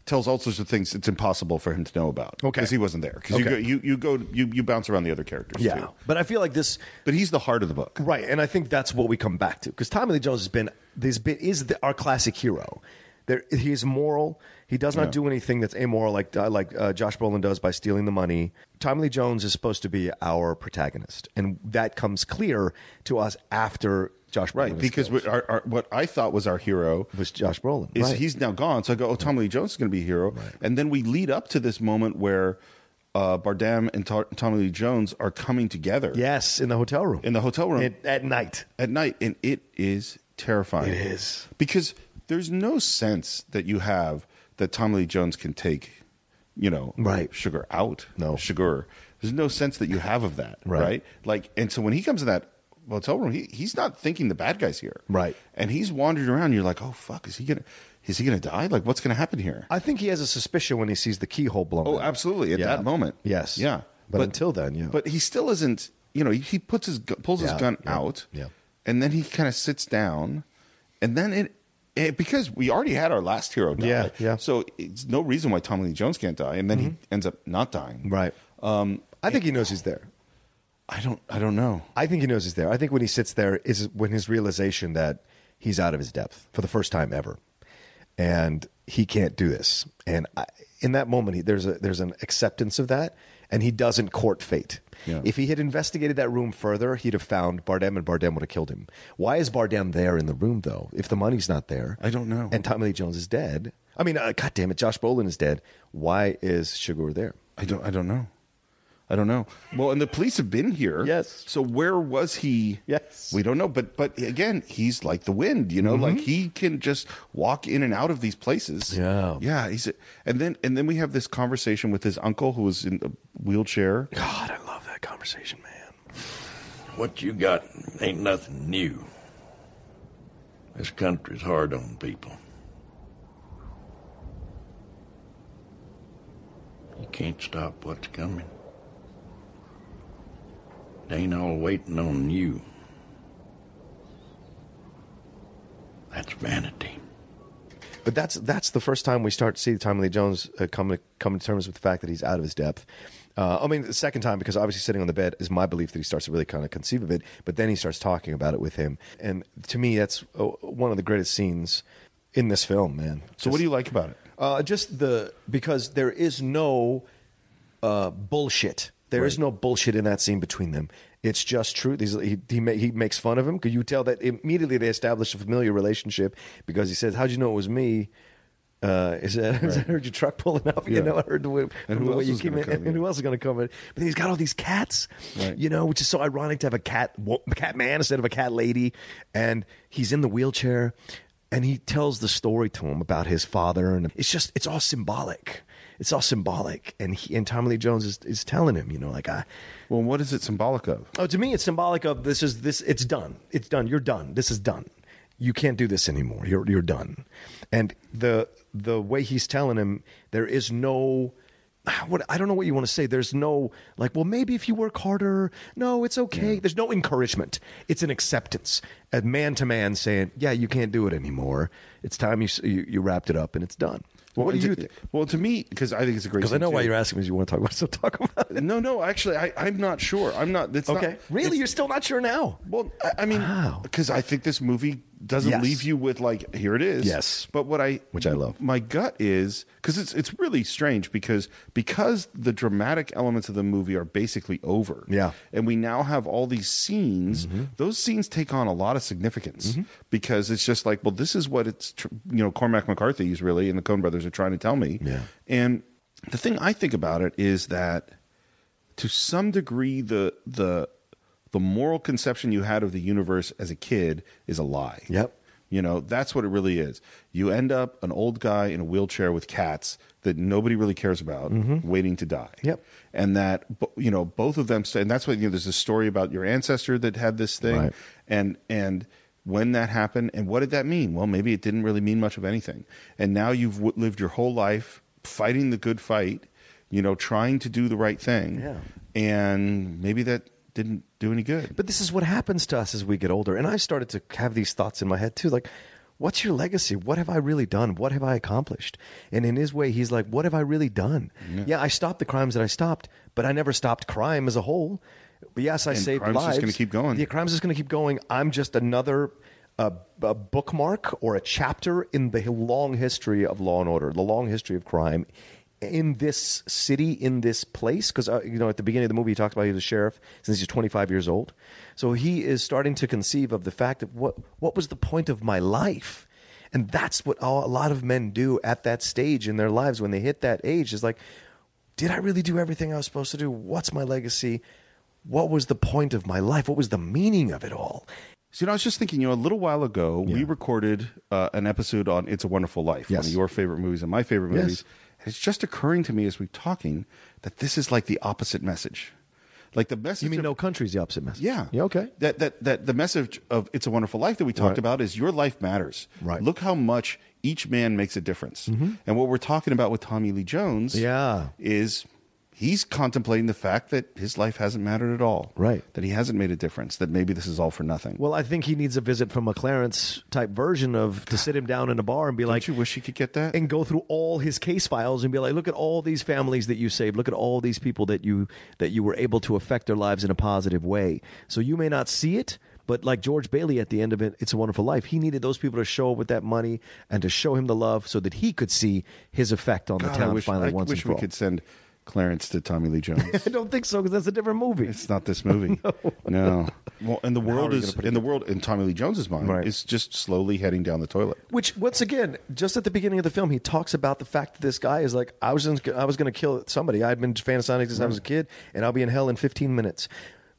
A: tells all sorts of things it's impossible for him to know about.
D: Okay.
A: Because he wasn't there. Because
D: Okay.
A: you go you you go you you bounce around the other characters.
D: Yeah.
A: Too.
D: But I feel like this.
A: But he's the heart of the book.
D: Right, and I think that's what we come back to because Tommy Lee Jones has been this bit is the, our classic hero. There, he is moral. He does not
A: Yeah.
D: do anything that's amoral, like uh, like uh, Josh Brolin does by stealing the money. Tommy Lee Jones is supposed to be our protagonist, and that comes clear to us after Josh Brolin.
A: Right.
D: is
A: Because
D: killed.
A: we, our, our, what I thought was our hero
D: was Josh Brolin.
A: is
D: right.
A: he's now gone. So I go, oh, Tommy Lee Jones is going to be a hero. And then we lead up to this moment where uh, Bardem and Ta- Tommy Lee Jones are coming together
D: yes in the hotel room
A: in the hotel room
D: at, at night.
A: at night, and it is terrifying.
D: It is.
A: because there's no sense that you have that Tommy Lee Jones can take, you know,
D: Right.
A: sugar out.
D: No.
A: sugar. There's no sense that you have of that,
D: Right.
A: right? Like, and so when he comes in that hotel room, he, he's not thinking the bad guys here,
D: Right.
A: And he's wandering around. You're like, oh fuck, is he gonna, is he gonna die? Like, what's gonna happen here?
D: I think he has a suspicion when he sees the keyhole blown.
A: Oh,
D: out.
A: absolutely. At
D: Yeah.
A: that moment,
D: Yes.
A: yeah.
D: But until then, yeah.
A: But he still isn't. You know, he- he puts his gu- pulls
D: Yeah,
A: his gun
D: yeah,
A: out,
D: yeah.
A: and then he kind of sits down, and then it, it because we already had our last hero die,
D: Yeah, yeah. Mm-hmm.
A: So it's no reason why Tommy Lee Jones can't die, and then he ends up not dying,
D: Right.
A: Um,
D: I think he knows he's there.
A: I don't, I don't know.
D: I think he knows he's there. I think when he sits there is when his realization that he's out of his depth for the first time ever, and he can't do this. And I, in that moment, he, there's a there's an acceptance of that, and he doesn't court fate.
A: Yeah.
D: If he had investigated that room further, he'd have found Bardem, and Bardem would have killed him. Why is Bardem there in the room though? If the money's not there,
A: I don't know.
D: And Tommy Lee Jones is dead. I mean, uh, God damn it, Josh Brolin is dead. Why is Sugar there?
A: I don't, I don't know. I don't know. Well, and the police have been here.
D: Yes.
A: So where was he?
D: Yes. Mm-hmm.
A: We don't know. But but again, he's like the wind. You know, like he can just walk in and out of these places.
D: Yeah.
A: Yeah. He's a, and then and then we have this conversation with his uncle who was in a wheelchair.
D: God, I love that conversation, man.
L: What you got ain't nothing new. This country's hard on people. You can't stop what's coming. It ain't all waiting on you. That's vanity.
D: But that's that's the first time we start to see Tommy Lee Jones uh, come come to terms with the fact that he's out of his depth. Uh, I mean, the second time because obviously sitting on the bed is my belief that he starts to really kind of conceive of it. But then he starts talking about it with him, and to me, that's uh, one of the greatest scenes in this film, man.
A: So what do you like about it?
D: Uh, just the because there is no uh, bullshit. There is no bullshit in that scene between them. It's just truth. He's, he he, ma- he makes fun of him. Could you tell that immediately they establish a familiar relationship because he says, "How'd you know it was me?" Uh, he said, I heard your truck pulling up. You
A: Yeah.
D: know, I heard the way,
A: And
D: from
A: who
D: the way
A: else
D: you
A: is
D: came
A: gonna
D: in.
A: come,
D: and
A: yeah.
D: who else is going to come in? But he's got all these cats,
A: Right.
D: you know, which is so ironic to have a cat wo- a cat man instead of a cat lady. And he's in the wheelchair, and he tells the story to him about his father, and it's just it's all symbolic. It's all symbolic, and he, and Tommy Lee Jones is, is telling him, you know, like I,
A: Well, what is it symbolic of?
D: oh, to me, it's symbolic of this is this. It's done. It's done. You're done. This is done. You can't do this anymore. You're you're done. And the the way he's telling him, there is no. What I don't know what you want to say. There's no like, well, maybe if you work harder. No, it's okay. There's no encouragement. It's an acceptance, a man to man saying, "Yeah, you can't do it anymore. It's time you s- you, you wrapped it up and it's done." what do
A: to,
D: you think?
A: Well, to me, because I think it's a great.
D: Because I
A: scene,
D: know why
A: too.
D: you're asking me. is You want to talk about so talk about it.
A: No, no. Actually, I, I'm not sure. I'm not. It's
D: Okay,
A: Not,
D: really, you're still not sure now.
A: Well, I, I mean,
D: Wow.
A: because I think this movie doesn't
D: Yes.
A: leave you with like here it is.
D: Yes.
A: But what I
D: Which I love.
A: My gut is because it's it's really strange because because the dramatic elements of the movie are basically over.
D: Yeah. Mm-hmm.
A: And we now have all these scenes. Those scenes take on a lot of significance because it's just like well this is what it's tr- you know Cormac McCarthy is really and the Coen Brothers are trying to tell me.
D: Yeah.
A: And the thing I think about it is that to some degree the the the moral conception you had of the universe as a kid is a lie.
D: Yep.
A: You know, that's what it really is. You end up an old guy in a wheelchair with cats that nobody really cares about waiting to die.
D: Mm-hmm. Yep.
A: And that bo- you know, both of them st- and that's what you know there's a story about your ancestor that had this thing
D: Right.
A: and and when that happened and what did that mean well maybe it didn't really mean much of anything and now you've w- lived your whole life fighting the good fight you know trying to do the right thing
D: Yeah.
A: and maybe that didn't do any good
D: But this is what happens to us as we get older. And I started to have these thoughts in my head too. Like, what's your legacy? What have I really done? What have I accomplished? And in his way, he's like, what have I really done? Yeah, I stopped the crimes that I stopped, but I never stopped crime as a whole. But yes, I
A: And
D: saved
A: crime's just
D: lives.
A: gonna keep going.
D: Yeah, crime's just going to keep going. I'm just another. uh a bookmark or a chapter in the long history of law and order, the long history of crime in this city, in this place, because uh, you know at the beginning of the movie he talks about he was a sheriff since he's 25 years old, so he is starting to conceive of the fact of what what was the point of my life, and that's what all, a lot of men do at that stage in their lives when they hit that age is like, did I really do everything I was supposed to do? What's my legacy? What was the point of my life? What was the meaning of it all?
A: so you know i was just thinking you know a little while ago we recorded uh, an episode on it's a wonderful life one
D: Yes.
A: of your favorite movies and my favorite
D: Yes.
A: movies And it's just occurring to me as we're talking that this is like the opposite message like the message
D: You mean
A: of-
D: no country's the opposite message?
A: Yeah.
D: Yeah. Okay.
A: That that that the message of "It's a Wonderful Life" that we talked
D: Right.
A: about is your life matters.
D: Right. Mm-hmm.
A: Look how much each man makes a difference. And what we're talking about with Tommy Lee Jones,
D: Yeah.
A: is he's contemplating the fact that his life hasn't mattered at all.
D: Right.
A: That he hasn't made a difference. That maybe this is all for nothing.
D: Well, I think he needs a visit from a Clarence type version of to sit him down in a bar and be
A: Don't
D: like,
A: you wish he could get that?
D: and go through all his case files and be like, look at all these families that you saved, look at all these people that you that you were able to affect their lives in a positive way. So you may not see it, but like George Bailey at the end of it, it's a wonderful life. He needed those people to show up with that money and to show him the love so that he could see his effect on
A: God,
D: the town
A: I wish,
D: finally
A: I
D: once
A: wish
D: and for
A: we
D: all.
A: could send Clarence to Tommy Lee Jones.
D: I don't think so because that's a different movie.
A: It's not this movie. no. Well, and the
D: How are
A: world
D: we
A: is
D: gonna put
A: in the world in Tommy Lee Jones's mind
D: Right.
A: is just slowly heading down the toilet.
D: Which, once again, just at the beginning of the film, he talks about the fact that this guy is like, I was, in, I was going to kill somebody. I'd been fantasizing since I was a kid, and I'll be in hell in 15 minutes.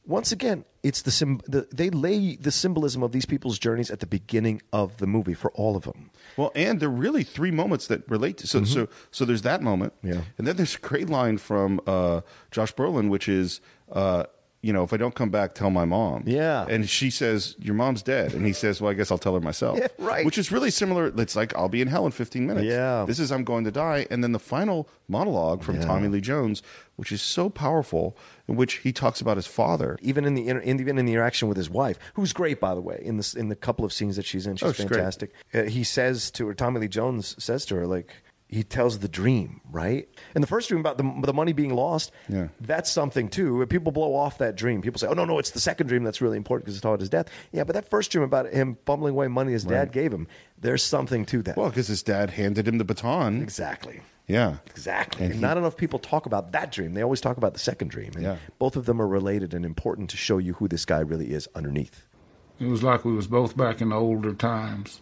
D: Once again, it's the, sym- the they lay the symbolism of these people's journeys at the beginning of the movie for all of them.
A: Well, and there are really three moments that relate to so so so there's that moment.
D: Mm-hmm. Yeah.
A: And then there's a great line from uh, Josh Brolin, which is uh, you know, if I don't come back, tell my mom.
D: Yeah.
A: And she says, Your mom's dead. And he says, Well, I guess I'll tell her myself.
D: Yeah, right.
A: Which is really similar. It's like, I'll be in hell in 15 minutes.
D: Yeah.
A: This is I'm going to die. And then the final monologue from Tommy Lee Jones, which is so powerful, in which he talks about his father.
D: Even in the inter- in, even in the interaction with his wife, who's great by the way, in this in the couple of scenes that she's in, she's
A: Oh, she's great.
D: fantastic. Uh, he says to her, Tommy Lee Jones says to her, like he tells the dream, right? And the first dream about the the money being lost,
A: Yeah.
D: that's something too. People blow off that dream. People say, "Oh no, no, it's the second dream that's really important because it's about his death." Yeah, but that first dream about him bumbling away money his dad gave him, there's something to that.
A: Well, because his dad handed him the baton.
D: exactly.
A: Yeah.
D: Exactly.
A: And he-
D: And not enough people talk about that dream. They always talk about the second dream. And
A: Yeah.
D: both of them are related and important to show you who this guy really is underneath.
M: It was like we was both back in the older times.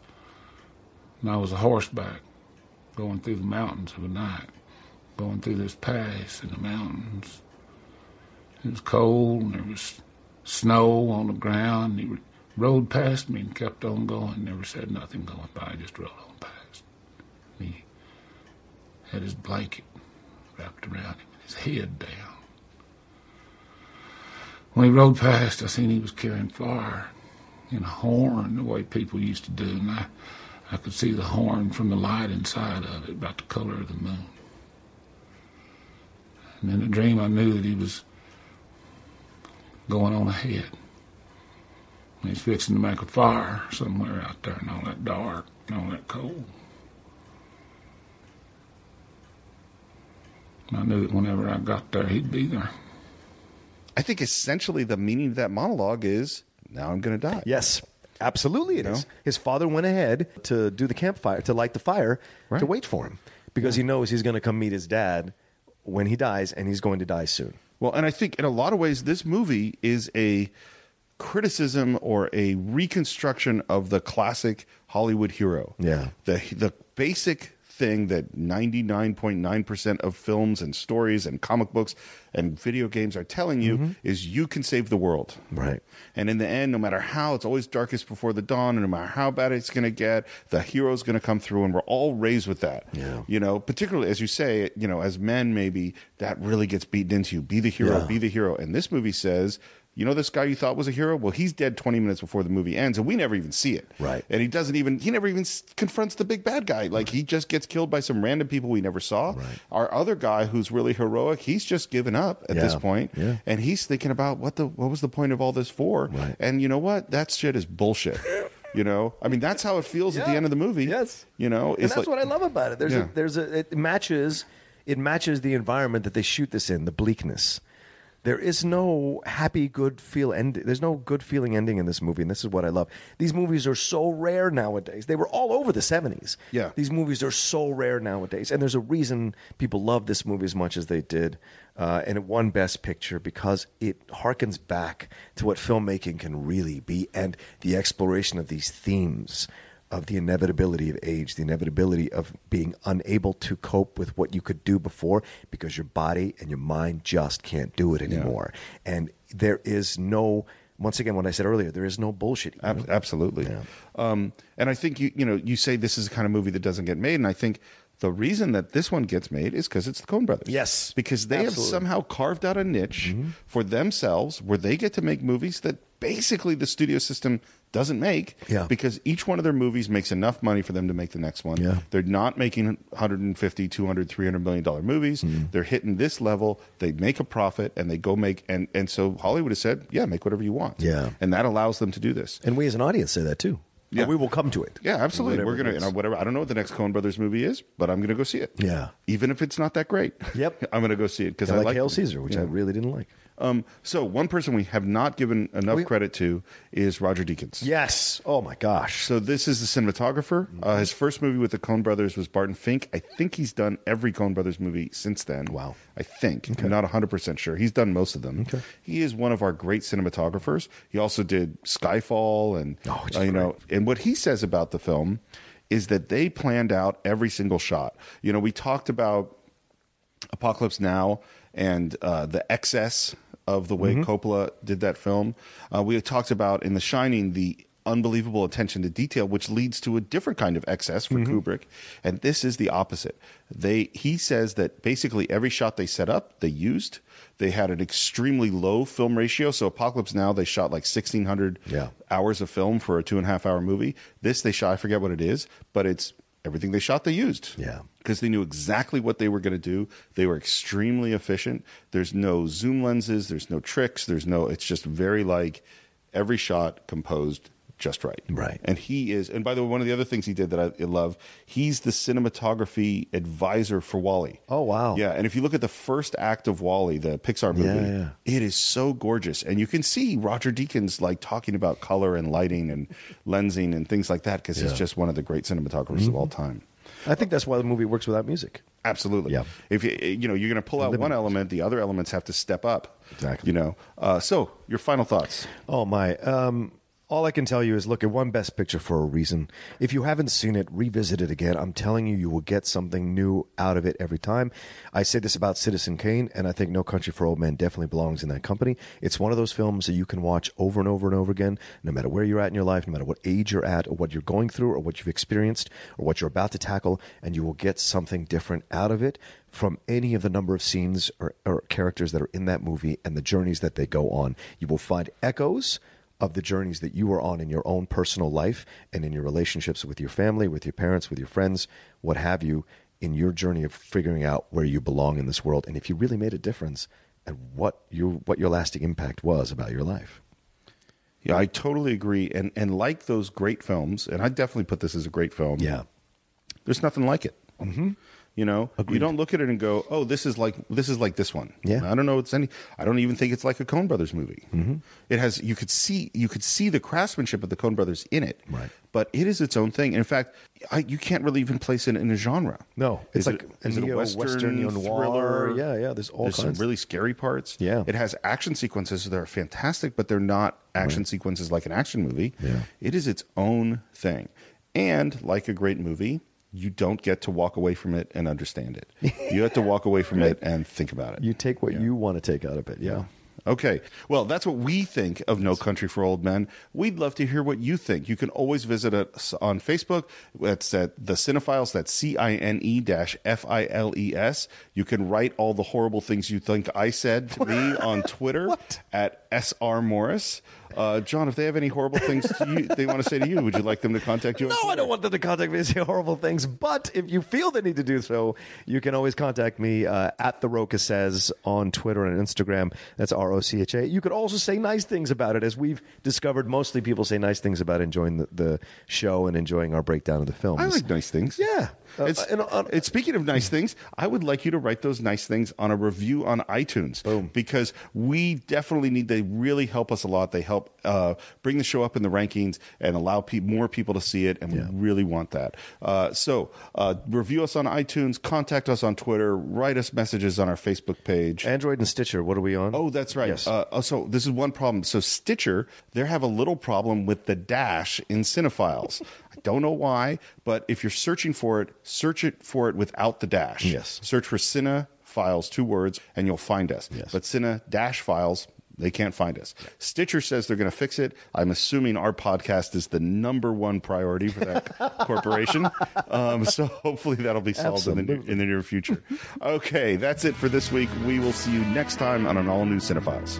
M: And I was a horseback going through the mountains of a night, going through this pass in the mountains. It was cold and there was snow on the ground. He rode past me and kept on going, never said nothing going by, just rode on past. And he had his blanket wrapped around him and his head down. When he rode past, I seen he was carrying flour and a horn, the way people used to do, and I, I could see the horn from the light inside of it, about the color of the moon. And in the dream, I knew that he was going on ahead. And he's fixing to make a fire somewhere out there in all that dark and all that cold. And I knew that whenever I got there, he'd be there.
A: I think essentially the meaning of that monologue is now I'm going to die.
D: Yes. Absolutely, it is. His father went ahead to do the campfire, to light the fire, to wait for him because he knows he's going to come meet his dad when he dies, and he's going to die soon.
A: Well, and I think in a lot of ways, this movie is a criticism or a reconstruction of the classic Hollywood hero.
D: Yeah.
A: The, the basic thing that 99.9% of films and stories and comic books and video games are telling you is you can save the world.
D: Right.
A: And in the end, no matter how, it's always darkest before the dawn, and no matter how bad it's going to get, the hero's going to come through, and we're all raised with that.
D: Yeah.
A: You know, particularly as you say, you know, as men, maybe that really gets beaten into you. Be the hero,
D: Yeah.
A: be the hero. And this movie says, you know, this guy you thought was a hero? Well, he's dead 20 minutes before the movie ends, and we never even see it.
D: Right.
A: And he doesn't even, he never even s- confronts the big bad guy. Like, he just gets killed by some random people we never saw. Right. Our other guy who's really heroic, he's just given up at this
D: Yeah.
A: point.
D: Yeah.
A: And he's thinking about what the, what was the point of all this for? Right. And you know what? That shit is bullshit. you know? I mean, that's how it feels at the end of the movie. Yes. You know?
D: and that's what I love about it. There's
A: Yeah.
D: a, there's a it matches it matches the environment that they shoot this in, the bleakness. There is no happy good feel end. There's no good feeling ending in this movie, and this is what I love. These movies are so rare nowadays. They were all over the '70s.
A: Yeah.
D: these movies are so rare nowadays, and there's a reason people love this movie as much as they did, uh, and it won Best Picture because it harkens back to what filmmaking can really be and the exploration of these themes of the inevitability of age, the inevitability of being unable to cope with what you could do before because your body and your mind just can't do it anymore. And there is no, once again, what I said earlier, there is no bullshit.
A: Ab- absolutely. Um, and I think you you know you say this is the kind of movie that doesn't get made, and I think the reason that this one gets made is because it's the Coen Brothers. Yes, because they have
D: Absolutely. Mm-hmm.
A: somehow carved out a niche for themselves where they get to make movies that basically the studio system doesn't make
D: Yeah.
A: because each one of their movies makes enough money for them to make the next one
D: Yeah.
A: they're not making 150 200 300 million dollar movies
D: Mm-hmm.
A: they're hitting this level they make a profit and they go make and and so hollywood has said yeah make whatever you want
D: Yeah.
A: and that allows them to do this
D: And we as an audience say that too.
A: Yeah.
D: We will come to it.
A: yeah, absolutely.
D: Whatever
A: We're gonna
D: it is.
A: and I- whatever. I don't know what the next Coen Brothers movie is, but I'm gonna go see it.
D: Yeah.
A: even if it's not that great. Yep, I'm gonna go see it because
D: I
A: I
D: like,
A: like
D: Hail Caesar, which I really didn't like.
A: Um, so one person we have not given enough credit to is Roger Deakins.
D: Yes. Oh my gosh.
A: So this is the cinematographer. Uh, his first movie with the Coen Brothers was Barton Fink. I think he's done every Coen Brothers movie since then. Wow. I think. I'm not 100% sure. He's done most of them. Okay. He is one of our great cinematographers. He also did Skyfall and uh, you know, and what he says about the film is that they planned out every single shot. You know, we talked about Apocalypse Now and uh, the excess of the way
D: Mm-hmm.
A: Coppola did that film. Uh, we had talked about in The Shining the unbelievable attention to detail, which leads to a different kind of excess for
D: Mm-hmm.
A: Kubrick, and this is the opposite. They he says that basically every shot they set up they used. They had an extremely low film ratio. So Apocalypse Now they shot like sixteen hundred
D: Yeah.
A: hours of film for a two and a half hour movie. This they shot I forget what it is, but it's everything they shot they used
D: Yeah.
A: because they knew exactly what they were going to do. They were extremely efficient. There's no zoom lenses, there's no tricks, there's no, it's just very like every shot composed just right.
D: Right.
A: And he is, and by the way, one of the other things he did that I love, he's the cinematography advisor for Wally.
D: Oh wow.
A: Yeah, and if you look at the first act of Wally, the Pixar movie,
D: Yeah, yeah.
A: it is so gorgeous, and you can see Roger Deakins like talking about color and lighting and lensing and things like that because he's
D: Yeah.
A: just one of the great cinematographers of all time.
D: I think that's why the movie works without music.
A: Absolutely.
D: Yeah.
A: If you you know you're going to pull out one element, the other elements have to step up.
D: Exactly.
A: You know. Uh, so your final thoughts.
D: Oh my. Um, all I can tell you is look at one best picture for a reason. If you haven't seen it, revisit it again. I'm telling you, you will get something new out of it every time. I say this about Citizen Kane, and I think No Country for Old Men definitely belongs in that company. It's one of those films that you can watch over and over and over again, no matter where you're at in your life, no matter what age you're at, or what you're going through, or what you've experienced, or what you're about to tackle, and you will get something different out of it from any of the number of scenes or, or characters that are in that movie and the journeys that they go on. You will find echoes of the journeys that you are on in your own personal life and in your relationships with your family, with your parents, with your friends, what have you, in your journey of figuring out where you belong in this world and if you really made a difference and what your what your lasting impact was about your life.
A: Yeah, I totally agree, and and like those great films, and I definitely put this as a great film.
D: Yeah. Mm-hmm.
A: There's nothing like it. You know, you don't look at it and go, "Oh, this is like this is like this one." Yeah, I don't know. It's any. I don't even think it's like a Coen Brothers movie.
D: Mhm.
A: It has you could see you could see the craftsmanship of the Coen Brothers in it,
D: Right.
A: But it is its own thing. And in fact, I, you can't really even place it in a genre.
D: No,
A: Is
D: it's like
A: it-
D: a
A: is it
D: neo- Western neo-noir. Yeah, yeah, there's all
A: some
D: kinds.
A: really scary parts. Yeah, it has action sequences that are fantastic, but they're not action sequences like an action movie. Yeah. it is its own thing, and like a great movie, you don't get to walk away from it and understand it. you have to walk away from it and think about it. You
D: take what you want to take out of it. Yeah.
A: Okay. Well, that's what we think of No Country for Old Men. We'd love to hear what you think. You can always visit us on Facebook. That's at the Cinephiles. That's C I N E dash F I L E S. You can write all the horrible things you think I said to me on Twitter at S R Morris. Uh, John, if they have any horrible things to you, they want to say to you, would you like them to contact you? on
D: No, I don't want them to contact me and say horrible things. But if you feel the need to do so, you can always contact me uh, at the Roca says on Twitter and Instagram. That's R O C H A. You could also say nice things about it, as we've discovered. Mostly people say nice things about enjoying the, the show and enjoying our breakdown of the film. uh,
A: I like nice things.
D: Yeah.
A: it's, it's- speaking of nice things, I would like you to write those nice things on a review on iTunes. Boom. Because we definitely need, they really help us a lot. They help uh, bring the show up in the rankings and allow pe- more people to see it. And we really want that. Uh, so uh, review us on iTunes, contact us on Twitter, write us messages on our Facebook page.
D: Android and Stitcher, what are we on?
A: Oh, that's right. Uh, uh, so this is one problem. So Stitcher, they have a little problem with the dash in Cinephiles. I don't know why, but if you're searching for it, search it for it without the dash. Yes. Search for Cine Files, two words, and you'll find us. Yes. But Cine dash files. They can't find us. Stitcher says they're going to fix it. I'm assuming our podcast is the number one priority for that corporation. Um, so hopefully that'll be solved in the, near, in the near future. Okay, that's it for this week. We will see you next time on an all new Cinephiles.